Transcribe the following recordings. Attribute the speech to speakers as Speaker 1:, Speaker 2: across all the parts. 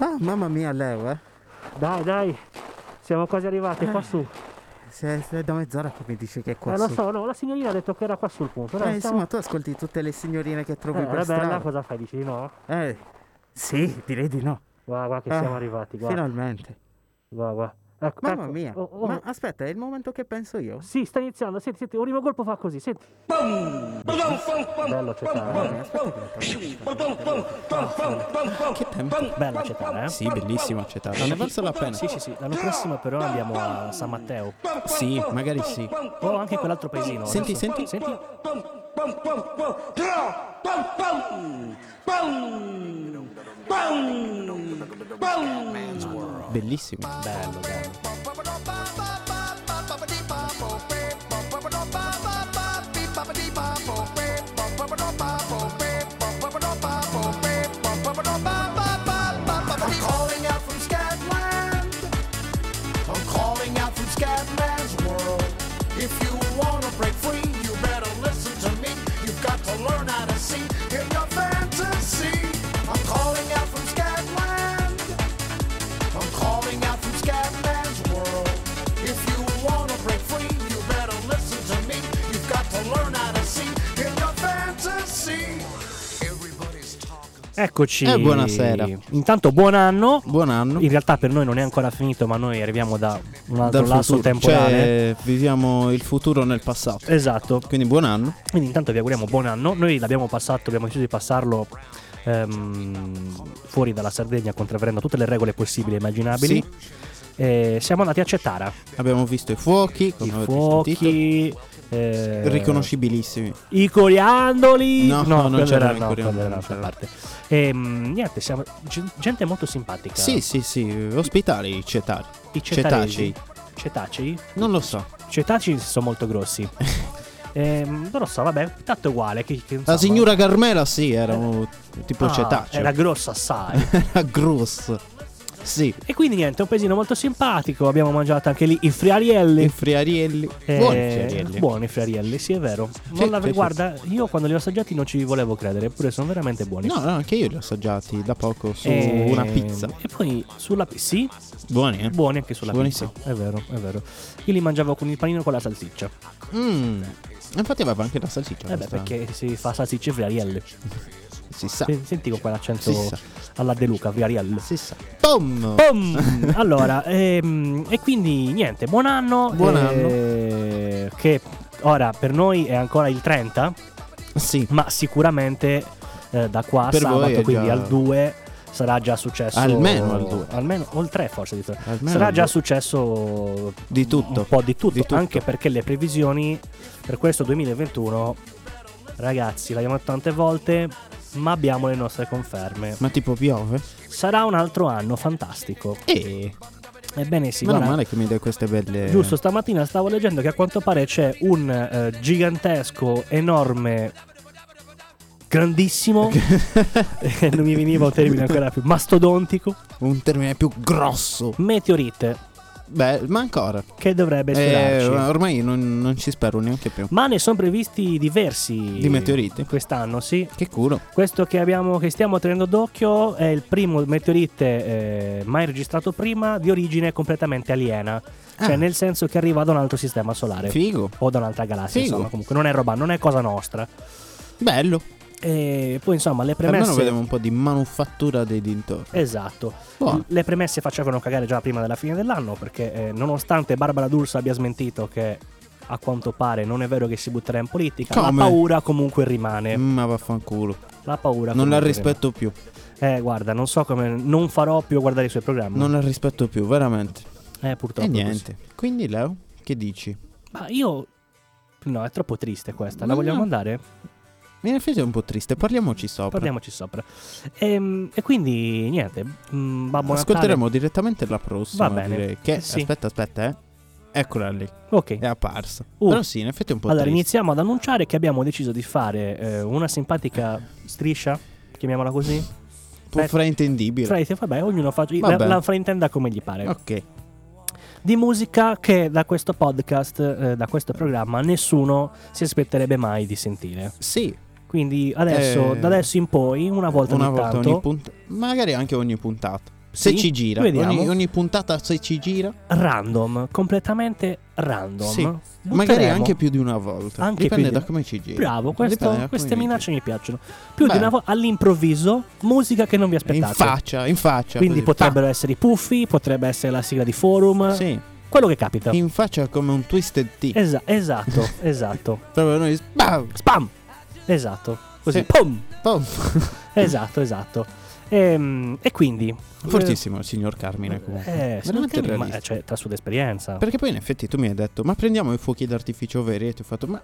Speaker 1: Ah, mamma mia, Leo, eh.
Speaker 2: Dai, dai, siamo quasi arrivati qua su.
Speaker 1: Se, se è da mezz'ora che mi dici che è qua
Speaker 2: Eh, lo
Speaker 1: su.
Speaker 2: so, no, la signorina ha detto che era qua sul punto. Dai,
Speaker 1: eh, sì,
Speaker 2: siamo-
Speaker 1: ma tu ascolti tutte le signorine che trovi
Speaker 2: Eh,
Speaker 1: per
Speaker 2: era bella,
Speaker 1: strada.
Speaker 2: cosa fai? Dici di no?
Speaker 1: Eh, sì, direi di no.
Speaker 2: Guarda, guarda che
Speaker 1: Ah,
Speaker 2: siamo arrivati, guarda.
Speaker 1: Finalmente.
Speaker 2: guarda, guarda. Ecco,
Speaker 1: Mamma
Speaker 2: ecco,
Speaker 1: mia.
Speaker 2: oh, oh,
Speaker 1: Ma aspetta, è il momento che penso io.
Speaker 2: Sì, sta iniziando, senti, senti, un primo colpo fa così, senti. Bello cetare, eh.
Speaker 3: Bella Cetara, eh?
Speaker 4: Sì, bellissima Cetara. Non è valsa la pena.
Speaker 3: Sì, sì, sì. L'anno prossimo però andiamo a San Matteo.
Speaker 4: Sì, magari sì.
Speaker 3: O anche quell'altro paesino.
Speaker 4: Senti,
Speaker 3: adesso-
Speaker 4: senti.
Speaker 3: senti.
Speaker 4: Bellissima.
Speaker 3: Bello, bello.
Speaker 5: I'm calling out from Scatland. I'm calling out from Scatman's world. If you wanna break free, you better listen to me. You've got to learn how to see in your fantasy. I'm calling out from Scatland. I'm calling out from Scatman's world. If you wanna break free, you better listen to me. You've got to learn how to see in your fantasy. Everybody's talking.
Speaker 3: Eccoci.
Speaker 4: Eh, buonasera.
Speaker 3: Intanto buon anno.
Speaker 4: Buon anno.
Speaker 3: In realtà per noi non è ancora finito, ma noi arriviamo da un altro
Speaker 4: Dal
Speaker 3: lasso
Speaker 4: futuro.
Speaker 3: temporale.
Speaker 4: Cioè, viviamo il futuro nel passato.
Speaker 3: Esatto.
Speaker 4: Quindi buon anno.
Speaker 3: Quindi intanto vi auguriamo buon anno. Noi l'abbiamo passato, abbiamo deciso di passarlo ehm, fuori dalla Sardegna contravvenendo tutte le regole possibili e immaginabili. E siamo andati a Cetara.
Speaker 4: Abbiamo visto i fuochi, come
Speaker 3: I
Speaker 4: avete sentito.
Speaker 3: fuochi. eh,
Speaker 4: Riconoscibilissimi.
Speaker 3: I coriandoli.
Speaker 4: No, no, non
Speaker 3: quello
Speaker 4: c'erano
Speaker 3: era-
Speaker 4: i
Speaker 3: no,
Speaker 4: coriandoli,
Speaker 3: quello era
Speaker 4: non
Speaker 3: un'altra
Speaker 4: c'erano.
Speaker 3: parte. Ehm, niente, siamo gen- gente molto simpatica.
Speaker 4: Sì, sì, sì. Ospitali i cetari.
Speaker 3: I
Speaker 4: cetacei.
Speaker 3: cetacei. Cetacei?
Speaker 4: Non lo so.
Speaker 3: Cetacei sono molto grossi. Ehm, non lo so, vabbè, tanto è uguale. Che, che,
Speaker 4: La
Speaker 3: insomma-
Speaker 4: signora Carmela, sì, era un tipo
Speaker 3: Ah,
Speaker 4: cetaceo.
Speaker 3: Era grossa assai.
Speaker 4: Era grosso. Sì.
Speaker 3: e quindi niente, un paesino molto simpatico. Abbiamo mangiato anche lì i friarielli.
Speaker 4: I friarielli.
Speaker 3: Eh,
Speaker 4: Buoni friarielli.
Speaker 3: buoni i friarielli, sì, è vero. Non
Speaker 4: Sì,
Speaker 3: la-
Speaker 4: sì, sì.
Speaker 3: guarda, io quando li ho assaggiati non ci volevo credere, eppure sono veramente buoni.
Speaker 4: No, no, anche io li ho assaggiati da poco su
Speaker 3: E-
Speaker 4: una pizza.
Speaker 3: E poi sulla pi- sì,
Speaker 4: Buoni, eh?
Speaker 3: buoni anche sulla
Speaker 4: Buoni,
Speaker 3: pizza. È vero, è vero. Io li mangiavo con il panino con la salsiccia.
Speaker 4: Mm. Infatti aveva anche la salsiccia.
Speaker 3: Eh beh,
Speaker 4: questa.
Speaker 3: perché si fa salsiccia e friarielli.
Speaker 4: Si sa.
Speaker 3: Sen- Senti con quell'accento
Speaker 4: Si sa.
Speaker 3: alla De Luca, friarielli.
Speaker 4: Si sa. Boom!
Speaker 3: Boom! allora, ehm, e quindi niente, buon anno.
Speaker 4: Buon
Speaker 3: eh, Che ora per noi è ancora il 30,
Speaker 4: Sì.
Speaker 3: ma sicuramente eh, da qua a
Speaker 4: Per voi
Speaker 3: sabato,
Speaker 4: è
Speaker 3: quindi
Speaker 4: già-
Speaker 3: al 2 sarà già successo
Speaker 4: Almeno al 2.
Speaker 3: almeno o il 3 forse di-
Speaker 4: Almeno
Speaker 3: sarà
Speaker 4: al
Speaker 3: già
Speaker 4: 2.
Speaker 3: successo
Speaker 4: Di tutto.
Speaker 3: un po' di tutto,
Speaker 4: Di tutto.
Speaker 3: anche perché le previsioni per questo 2021 ragazzi l'abbiamo detto tante volte ma abbiamo le nostre conferme
Speaker 4: Ma tipo piove?
Speaker 3: sarà un altro anno fantastico
Speaker 4: Eh.
Speaker 3: ebbene sì
Speaker 4: Meno
Speaker 3: guarda,
Speaker 4: male che mi dai queste belle.
Speaker 3: Giusto, stamattina stavo leggendo che a quanto pare c'è un eh, gigantesco, enorme, grandissimo, eh, non mi veniva un termine ancora più, mastodontico,
Speaker 4: Un termine più grosso.
Speaker 3: meteorite
Speaker 4: Beh, ma ancora.
Speaker 3: che dovrebbe
Speaker 4: Eh,
Speaker 3: sfiorarci.
Speaker 4: ormai non, non ci spero neanche più.
Speaker 3: Ma ne sono previsti diversi
Speaker 4: Di meteoriti?
Speaker 3: quest'anno, sì.
Speaker 4: Che culo.
Speaker 3: Questo che, abbiamo, che stiamo tenendo d'occhio è il primo meteorite eh, mai registrato prima di origine completamente aliena, cioè
Speaker 4: Ah.
Speaker 3: nel senso che arriva da un altro sistema solare.
Speaker 4: Figo.
Speaker 3: o da un'altra galassia,
Speaker 4: Figo.
Speaker 3: insomma, comunque non è roba, non è cosa nostra.
Speaker 4: Bello.
Speaker 3: E poi insomma le
Speaker 4: Almeno
Speaker 3: premesse
Speaker 4: vediamo un po' di manufattura dei dintorni.
Speaker 3: Esatto.
Speaker 4: Buono.
Speaker 3: Le premesse facevano cagare già prima della fine dell'anno perché eh, nonostante Barbara D'Urso abbia smentito che a quanto pare non è vero che si butterà in politica,
Speaker 4: Come?
Speaker 3: la paura comunque rimane.
Speaker 4: Ma vaffanculo.
Speaker 3: La paura
Speaker 4: Non la
Speaker 3: comunque
Speaker 4: rispetto più.
Speaker 3: rimane. Eh, guarda, non so come non farò più guardare i suoi programmi.
Speaker 4: Non la rispetto più, veramente.
Speaker 3: Eh, purtroppo.
Speaker 4: e
Speaker 3: è così.
Speaker 4: niente. Quindi, Leo, che dici?
Speaker 3: Ma io No, è troppo triste questa. La
Speaker 4: Ma
Speaker 3: vogliamo
Speaker 4: no.
Speaker 3: andare?
Speaker 4: In effetti è un po' triste, parliamoci sopra.
Speaker 3: Parliamoci sopra. Ehm, E, quindi niente, mm, Babbo Natale.
Speaker 4: Ascolteremo direttamente la prossima.
Speaker 3: Va bene.
Speaker 4: direi, Che
Speaker 3: Eh, sì.
Speaker 4: aspetta, aspetta, eh. Eccola lì,
Speaker 3: Ok.
Speaker 4: è apparsa.
Speaker 3: Uh.
Speaker 4: Però sì, in effetti è un po'
Speaker 3: Allora
Speaker 4: triste.
Speaker 3: iniziamo ad annunciare che abbiamo deciso di fare eh, una simpatica striscia, chiamiamola così.
Speaker 4: Un po' fraintendibile.
Speaker 3: Fra vabbè, ognuno fa,
Speaker 4: Vabbè.
Speaker 3: La, la fraintenda come gli pare.
Speaker 4: Ok.
Speaker 3: Di musica che da questo podcast, eh, da questo programma, nessuno si aspetterebbe mai di sentire.
Speaker 4: Sì,
Speaker 3: Quindi adesso,
Speaker 4: Eh,
Speaker 3: da adesso in poi, una volta
Speaker 4: una
Speaker 3: ogni
Speaker 4: volta
Speaker 3: tanto,
Speaker 4: ogni puntata. Magari anche ogni puntata. Se
Speaker 3: Sì,
Speaker 4: ci gira,
Speaker 3: vediamo.
Speaker 4: ogni, ogni puntata se ci gira,
Speaker 3: Random, completamente random.
Speaker 4: Sì.
Speaker 3: Butteremo-
Speaker 4: magari anche più di una volta.
Speaker 3: Anche
Speaker 4: Dipende
Speaker 3: più di-
Speaker 4: da come ci gira.
Speaker 3: Bravo, questo-
Speaker 4: Dipende da
Speaker 3: queste
Speaker 4: come
Speaker 3: minacce mi piacciono. Più di
Speaker 4: Beh.
Speaker 3: una volta all'improvviso, musica che non vi
Speaker 4: gira. In
Speaker 3: aspettate.
Speaker 4: faccia, in faccia.
Speaker 3: Quindi
Speaker 4: così, pa-
Speaker 3: potrebbero essere i puffi, potrebbe essere la sigla di forum,
Speaker 4: Sì,
Speaker 3: quello che capita.
Speaker 4: in faccia come un twisted T.
Speaker 3: Esa- esatto, esatto.
Speaker 4: Proprio noi. bam,
Speaker 3: Spam! Esatto, così.
Speaker 4: Sì.
Speaker 3: Pum!
Speaker 4: pom.
Speaker 3: Esatto, esatto. Ehm, E, quindi...
Speaker 4: Fortissimo il signor Carmine comunque.
Speaker 3: Eh, sì,
Speaker 4: Veramente
Speaker 3: perché- ma,
Speaker 4: realista.
Speaker 3: cioè, tra sua esperienza.
Speaker 4: Perché poi in effetti tu mi hai detto, ma prendiamo i fuochi d'artificio veri e ti ho fatto, ma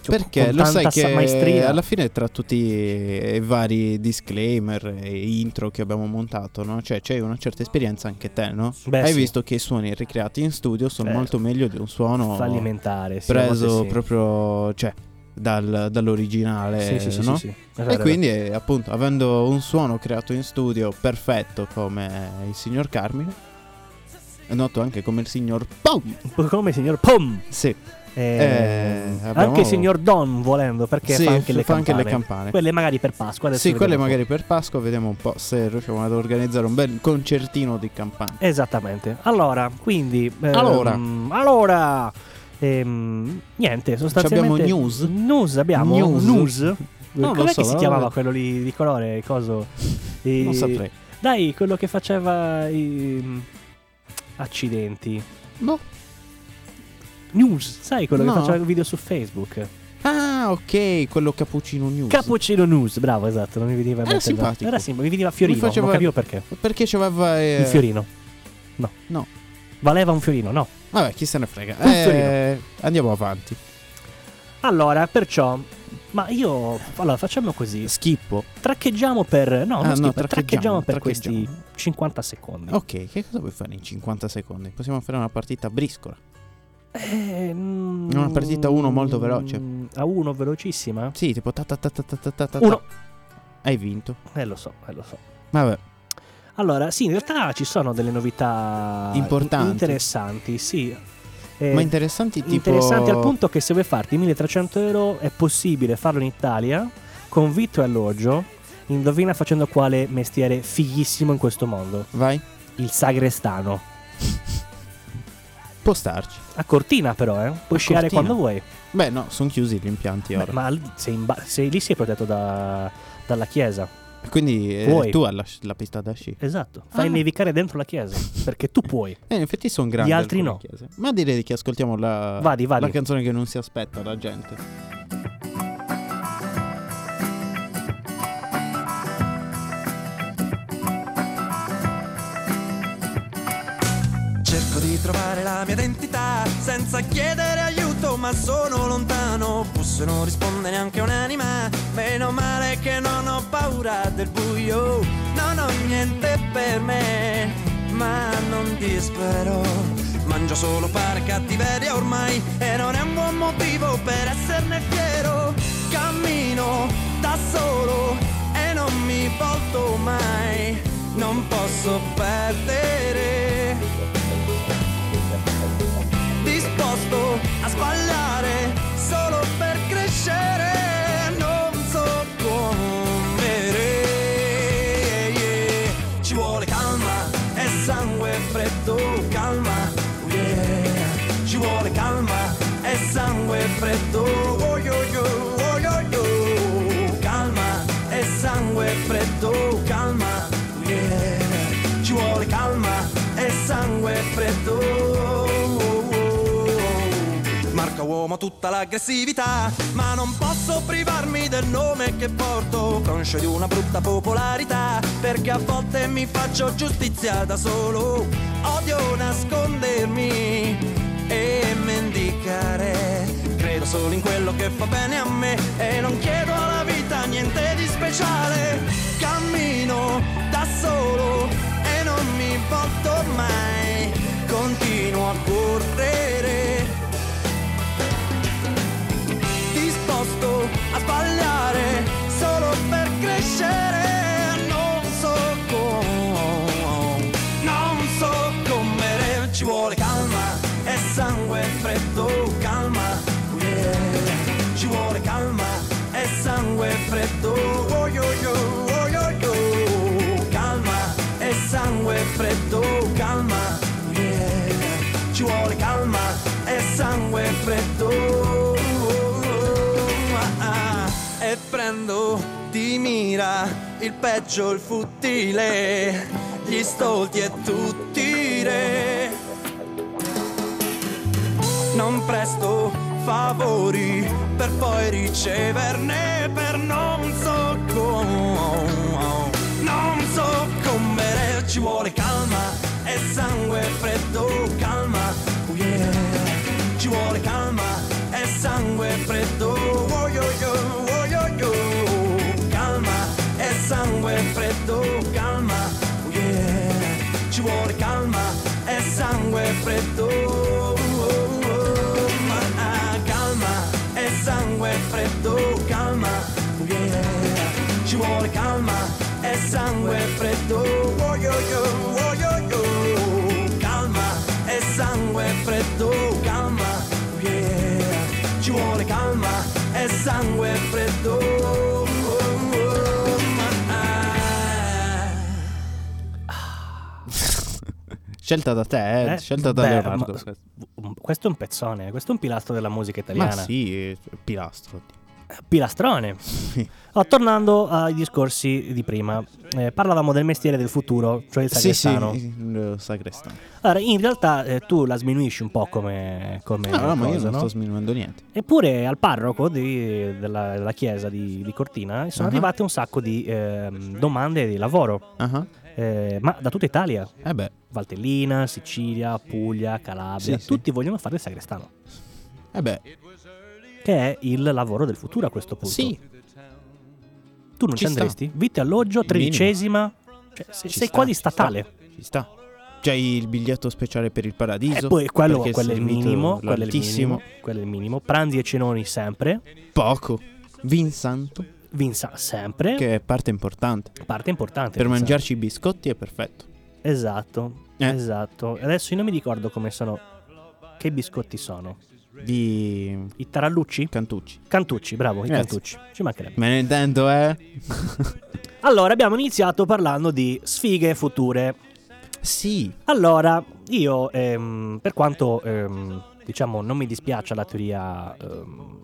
Speaker 3: Cioè,
Speaker 4: perché
Speaker 3: con
Speaker 4: lo sai
Speaker 3: tanta sa-
Speaker 4: che
Speaker 3: maestria.
Speaker 4: alla fine tra tutti i vari disclaimer e intro che abbiamo montato, no? Cioè c'è una certa esperienza anche te, no?
Speaker 3: Beh,
Speaker 4: hai
Speaker 3: sì.
Speaker 4: visto che i suoni ricreati in studio sono
Speaker 3: Eh,
Speaker 4: molto meglio di un suono
Speaker 3: fallimentare, sì, a
Speaker 4: preso
Speaker 3: volte sì.
Speaker 4: proprio, cioè, dal- dall'originale,
Speaker 3: Sì, sì, sì,
Speaker 4: eh, no?
Speaker 3: sì, sì. È vero, è
Speaker 4: E
Speaker 3: vero.
Speaker 4: quindi eh, appunto avendo un suono creato in studio perfetto come il signor Carmine, è noto anche come il signor Pom.
Speaker 3: come il signor Pom
Speaker 4: Sì,
Speaker 3: Eh,
Speaker 4: Eh, abbiamo-
Speaker 3: anche il signor Don volendo perché
Speaker 4: sì,
Speaker 3: fa anche le campane.
Speaker 4: campane.
Speaker 3: Quelle magari per Pasqua adesso
Speaker 4: sì, quelle
Speaker 3: vediamo un po'.
Speaker 4: magari per Pasqua, vediamo un po' se riusciamo ad organizzare un bel concertino di campane.
Speaker 3: Esattamente. Allora, quindi ehm,
Speaker 4: Allora.
Speaker 3: allora, ehm, niente, sostanzialmente
Speaker 4: Abbiamo news?
Speaker 3: News abbiamo
Speaker 4: News?
Speaker 3: News? No,
Speaker 4: lo
Speaker 3: com'è
Speaker 4: so,
Speaker 3: che si
Speaker 4: no?
Speaker 3: chiamava quello lì di colore, il coso? Eh,
Speaker 4: Non saprei.
Speaker 3: Dai, quello che faceva i accidenti. boh.
Speaker 4: No.
Speaker 3: News, sai quello
Speaker 4: No.
Speaker 3: che faceva il video su Facebook?
Speaker 4: Ah, ok, quello cappuccino news.
Speaker 3: Cappuccino News, bravo, esatto, non mi veniva in
Speaker 4: Era
Speaker 3: mente il nome.
Speaker 4: simpatico.
Speaker 3: Era simpatico, mi veniva Fiorino,
Speaker 4: Mi faceva-
Speaker 3: non capivo perché.
Speaker 4: Perché c'aveva eh,
Speaker 3: Il Fiorino. No.
Speaker 4: no.
Speaker 3: Valeva un Fiorino, no.
Speaker 4: Vabbè, chi se ne frega.
Speaker 3: Un
Speaker 4: Eh,
Speaker 3: fiorino.
Speaker 4: andiamo avanti.
Speaker 3: Allora, perciò ma io allora facciamo così,
Speaker 4: Schippo.
Speaker 3: traccheggiamo per no, non
Speaker 4: Ah, no,
Speaker 3: schifo, traccheggiamo
Speaker 4: traccheggiamo,
Speaker 3: per questi
Speaker 4: traccheggiamo.
Speaker 3: 50 secondi.
Speaker 4: Ok, che cosa vuoi fare in 50 secondi? Possiamo fare una partita a briscola.
Speaker 3: Eh, mm,
Speaker 4: Una partita uno molto veloce.
Speaker 3: A uno velocissima?
Speaker 4: Sì, tipo ta ta ta ta ta ta ta ta.
Speaker 3: Uno.
Speaker 4: Hai vinto.
Speaker 3: Eh lo so, eh lo so.
Speaker 4: Vabbè,
Speaker 3: Allora, sì, in realtà ci sono delle novità
Speaker 4: Importanti.
Speaker 3: interessanti, sì. Eh,
Speaker 4: ma interessanti tipo
Speaker 3: interessanti al punto che se vuoi farti 1300 euro è possibile farlo in Italia con vitto e alloggio. Indovina facendo quale mestiere fighissimo in questo mondo?
Speaker 4: Vai,
Speaker 3: Il sagrestano.
Speaker 4: può starci.
Speaker 3: A Cortina però, eh? Puoi
Speaker 4: A
Speaker 3: sciare
Speaker 4: Cortina.
Speaker 3: quando vuoi.
Speaker 4: Beh, no, sono chiusi gli impianti
Speaker 3: Beh,
Speaker 4: ora.
Speaker 3: ma al- sei in ba- sei- lì sei protetto da- dalla chiesa.
Speaker 4: Quindi eh,
Speaker 3: Vuoi?
Speaker 4: tu hai la, la pista da sci.
Speaker 3: Esatto. Fai
Speaker 4: Ah.
Speaker 3: nevicare dentro la chiesa. Perché tu puoi.
Speaker 4: Eh, in effetti sono grandi.
Speaker 3: Gli altri
Speaker 4: alcune chiese. Ma direi che ascoltiamo la,
Speaker 3: Vadi, vadi.
Speaker 4: la canzone che non si aspetta la gente.
Speaker 6: Cerco di trovare la mia identità senza chiedere aiuto, ma sono lontano. Busso e non risponde neanche un'anima. Meno male che non ho paura del buio. Non ho niente per me, ma non dispero. Mangio solo pane e cattiveria ormai e non è un buon motivo per esserne fiero. Cammino da solo e non mi volto mai. Non posso perdere disposto a sbagliare solo per crescere. Non so come. yeah. Ci vuole calma e sangue freddo, calma. oh yeah. Ci vuole calma e sangue freddo. Oh, yo, yo, oh, yo, yo. Calma e sangue freddo, calma. oh yeah. Ci vuole calma e sangue freddo. Marca uomo tutta l'aggressività, ma non posso privarmi del nome che porto, conscio di una brutta popolarità, perché a volte mi faccio giustizia da solo. Odio nascondermi e mendicare. Credo solo in quello che fa bene a me e non chiedo alla vita niente di speciale. Cammino da solo e non mi volto mai, continuo a correre disposto a sbagliare solo per crescere. Non so come, non so come ci vuole calma e sangue freddo, calma. yeah. Ci vuole calma e sangue freddo, oh, yo, yo, oh, yo, yo. calma e sangue Ah, prendo di mira il peggio, il futtile, gli stolti e tutti i re. Non presto favori per poi riceverne per non so come. Non so come ci vuole calma e sangue freddo, calma. Oh yeah. Ci vuole calma e sangue freddo. Oh yo yo, oh yo yo. Calma e sangue freddo, calma. Oh yeah. Ci vuole calma e sangue freddo. Oh, oh, oh. Ma, ah, calma e sangue freddo, calma. Oh yeah. Ci vuole calma e sangue freddo. Oh yo yo, oh yo yo. Calma e sangue freddo, calma. Oh yeah. Ci vuole calma e sangue freddo. Oh, oh, oh. Ma, ah.
Speaker 4: Scelta da te, eh,
Speaker 3: Eh,
Speaker 4: scelta da
Speaker 3: beh,
Speaker 4: Leonardo.
Speaker 3: ma- un- questo è un pezzone, eh. questo è un pilastro della musica
Speaker 4: Ma
Speaker 3: italiana.
Speaker 4: sì, eh, pilastro.
Speaker 3: Pilastrone. Oh, tornando ai discorsi di prima, eh, parlavamo del mestiere del futuro, cioè il
Speaker 4: Sì, sì,
Speaker 3: sagrestano.
Speaker 4: il
Speaker 3: Eh,
Speaker 4: sagrestano.
Speaker 3: Allora, in realtà eh, tu la sminuisci un po' come, come
Speaker 4: No, no, ma io
Speaker 3: cosa,
Speaker 4: non
Speaker 3: no?
Speaker 4: sto sminuendo niente.
Speaker 3: Eppure al parroco di- della, della chiesa di, di Cortina sono
Speaker 4: Ah.
Speaker 3: arrivate un sacco di ehm, domande di lavoro,
Speaker 4: Ah, ah.
Speaker 3: eh, ma da tutta Italia.
Speaker 4: Eh beh,
Speaker 3: Valtellina, Sicilia, Puglia, Calabria,
Speaker 4: Sì, sì.
Speaker 3: tutti vogliono fare il sagrestano,
Speaker 4: eh beh,
Speaker 3: che è il lavoro del futuro a questo punto.
Speaker 4: sì.
Speaker 3: Tu non
Speaker 4: Ci
Speaker 3: ci
Speaker 4: sta.
Speaker 3: andresti? Vite alloggio,
Speaker 4: Il minimo.
Speaker 3: tredicesima. Cioè, se- sei,
Speaker 4: Ci sta,
Speaker 3: quasi
Speaker 4: ci sta,
Speaker 3: statale.
Speaker 4: Ci sta. C'è il biglietto speciale per il paradiso.
Speaker 3: E Eh, poi quello,
Speaker 4: perché
Speaker 3: quello è il
Speaker 4: servito
Speaker 3: minimo, quello è il
Speaker 4: l'altissimo.
Speaker 3: minimo, quello è il minimo. Pranzi e cenoni sempre.
Speaker 4: Poco. Vinsanto,
Speaker 3: Vinsa sempre.
Speaker 4: che è parte importante.
Speaker 3: Parte importante.
Speaker 4: Per
Speaker 3: Vinsa.
Speaker 4: mangiarci i biscotti è perfetto.
Speaker 3: Esatto.
Speaker 4: Eh.
Speaker 3: Esatto. Adesso io non mi ricordo come sono. Che biscotti sono?
Speaker 4: Di
Speaker 3: I tarallucci?
Speaker 4: Cantucci.
Speaker 3: Cantucci, bravo, i
Speaker 4: Grazie.
Speaker 3: cantucci. Ci mancherebbe.
Speaker 4: Me ne intendo, eh?
Speaker 3: Allora, abbiamo iniziato parlando di sfighe future.
Speaker 4: Sì.
Speaker 3: Allora, io, ehm, per quanto, ehm, diciamo, non mi dispiaccia la teoria ehm,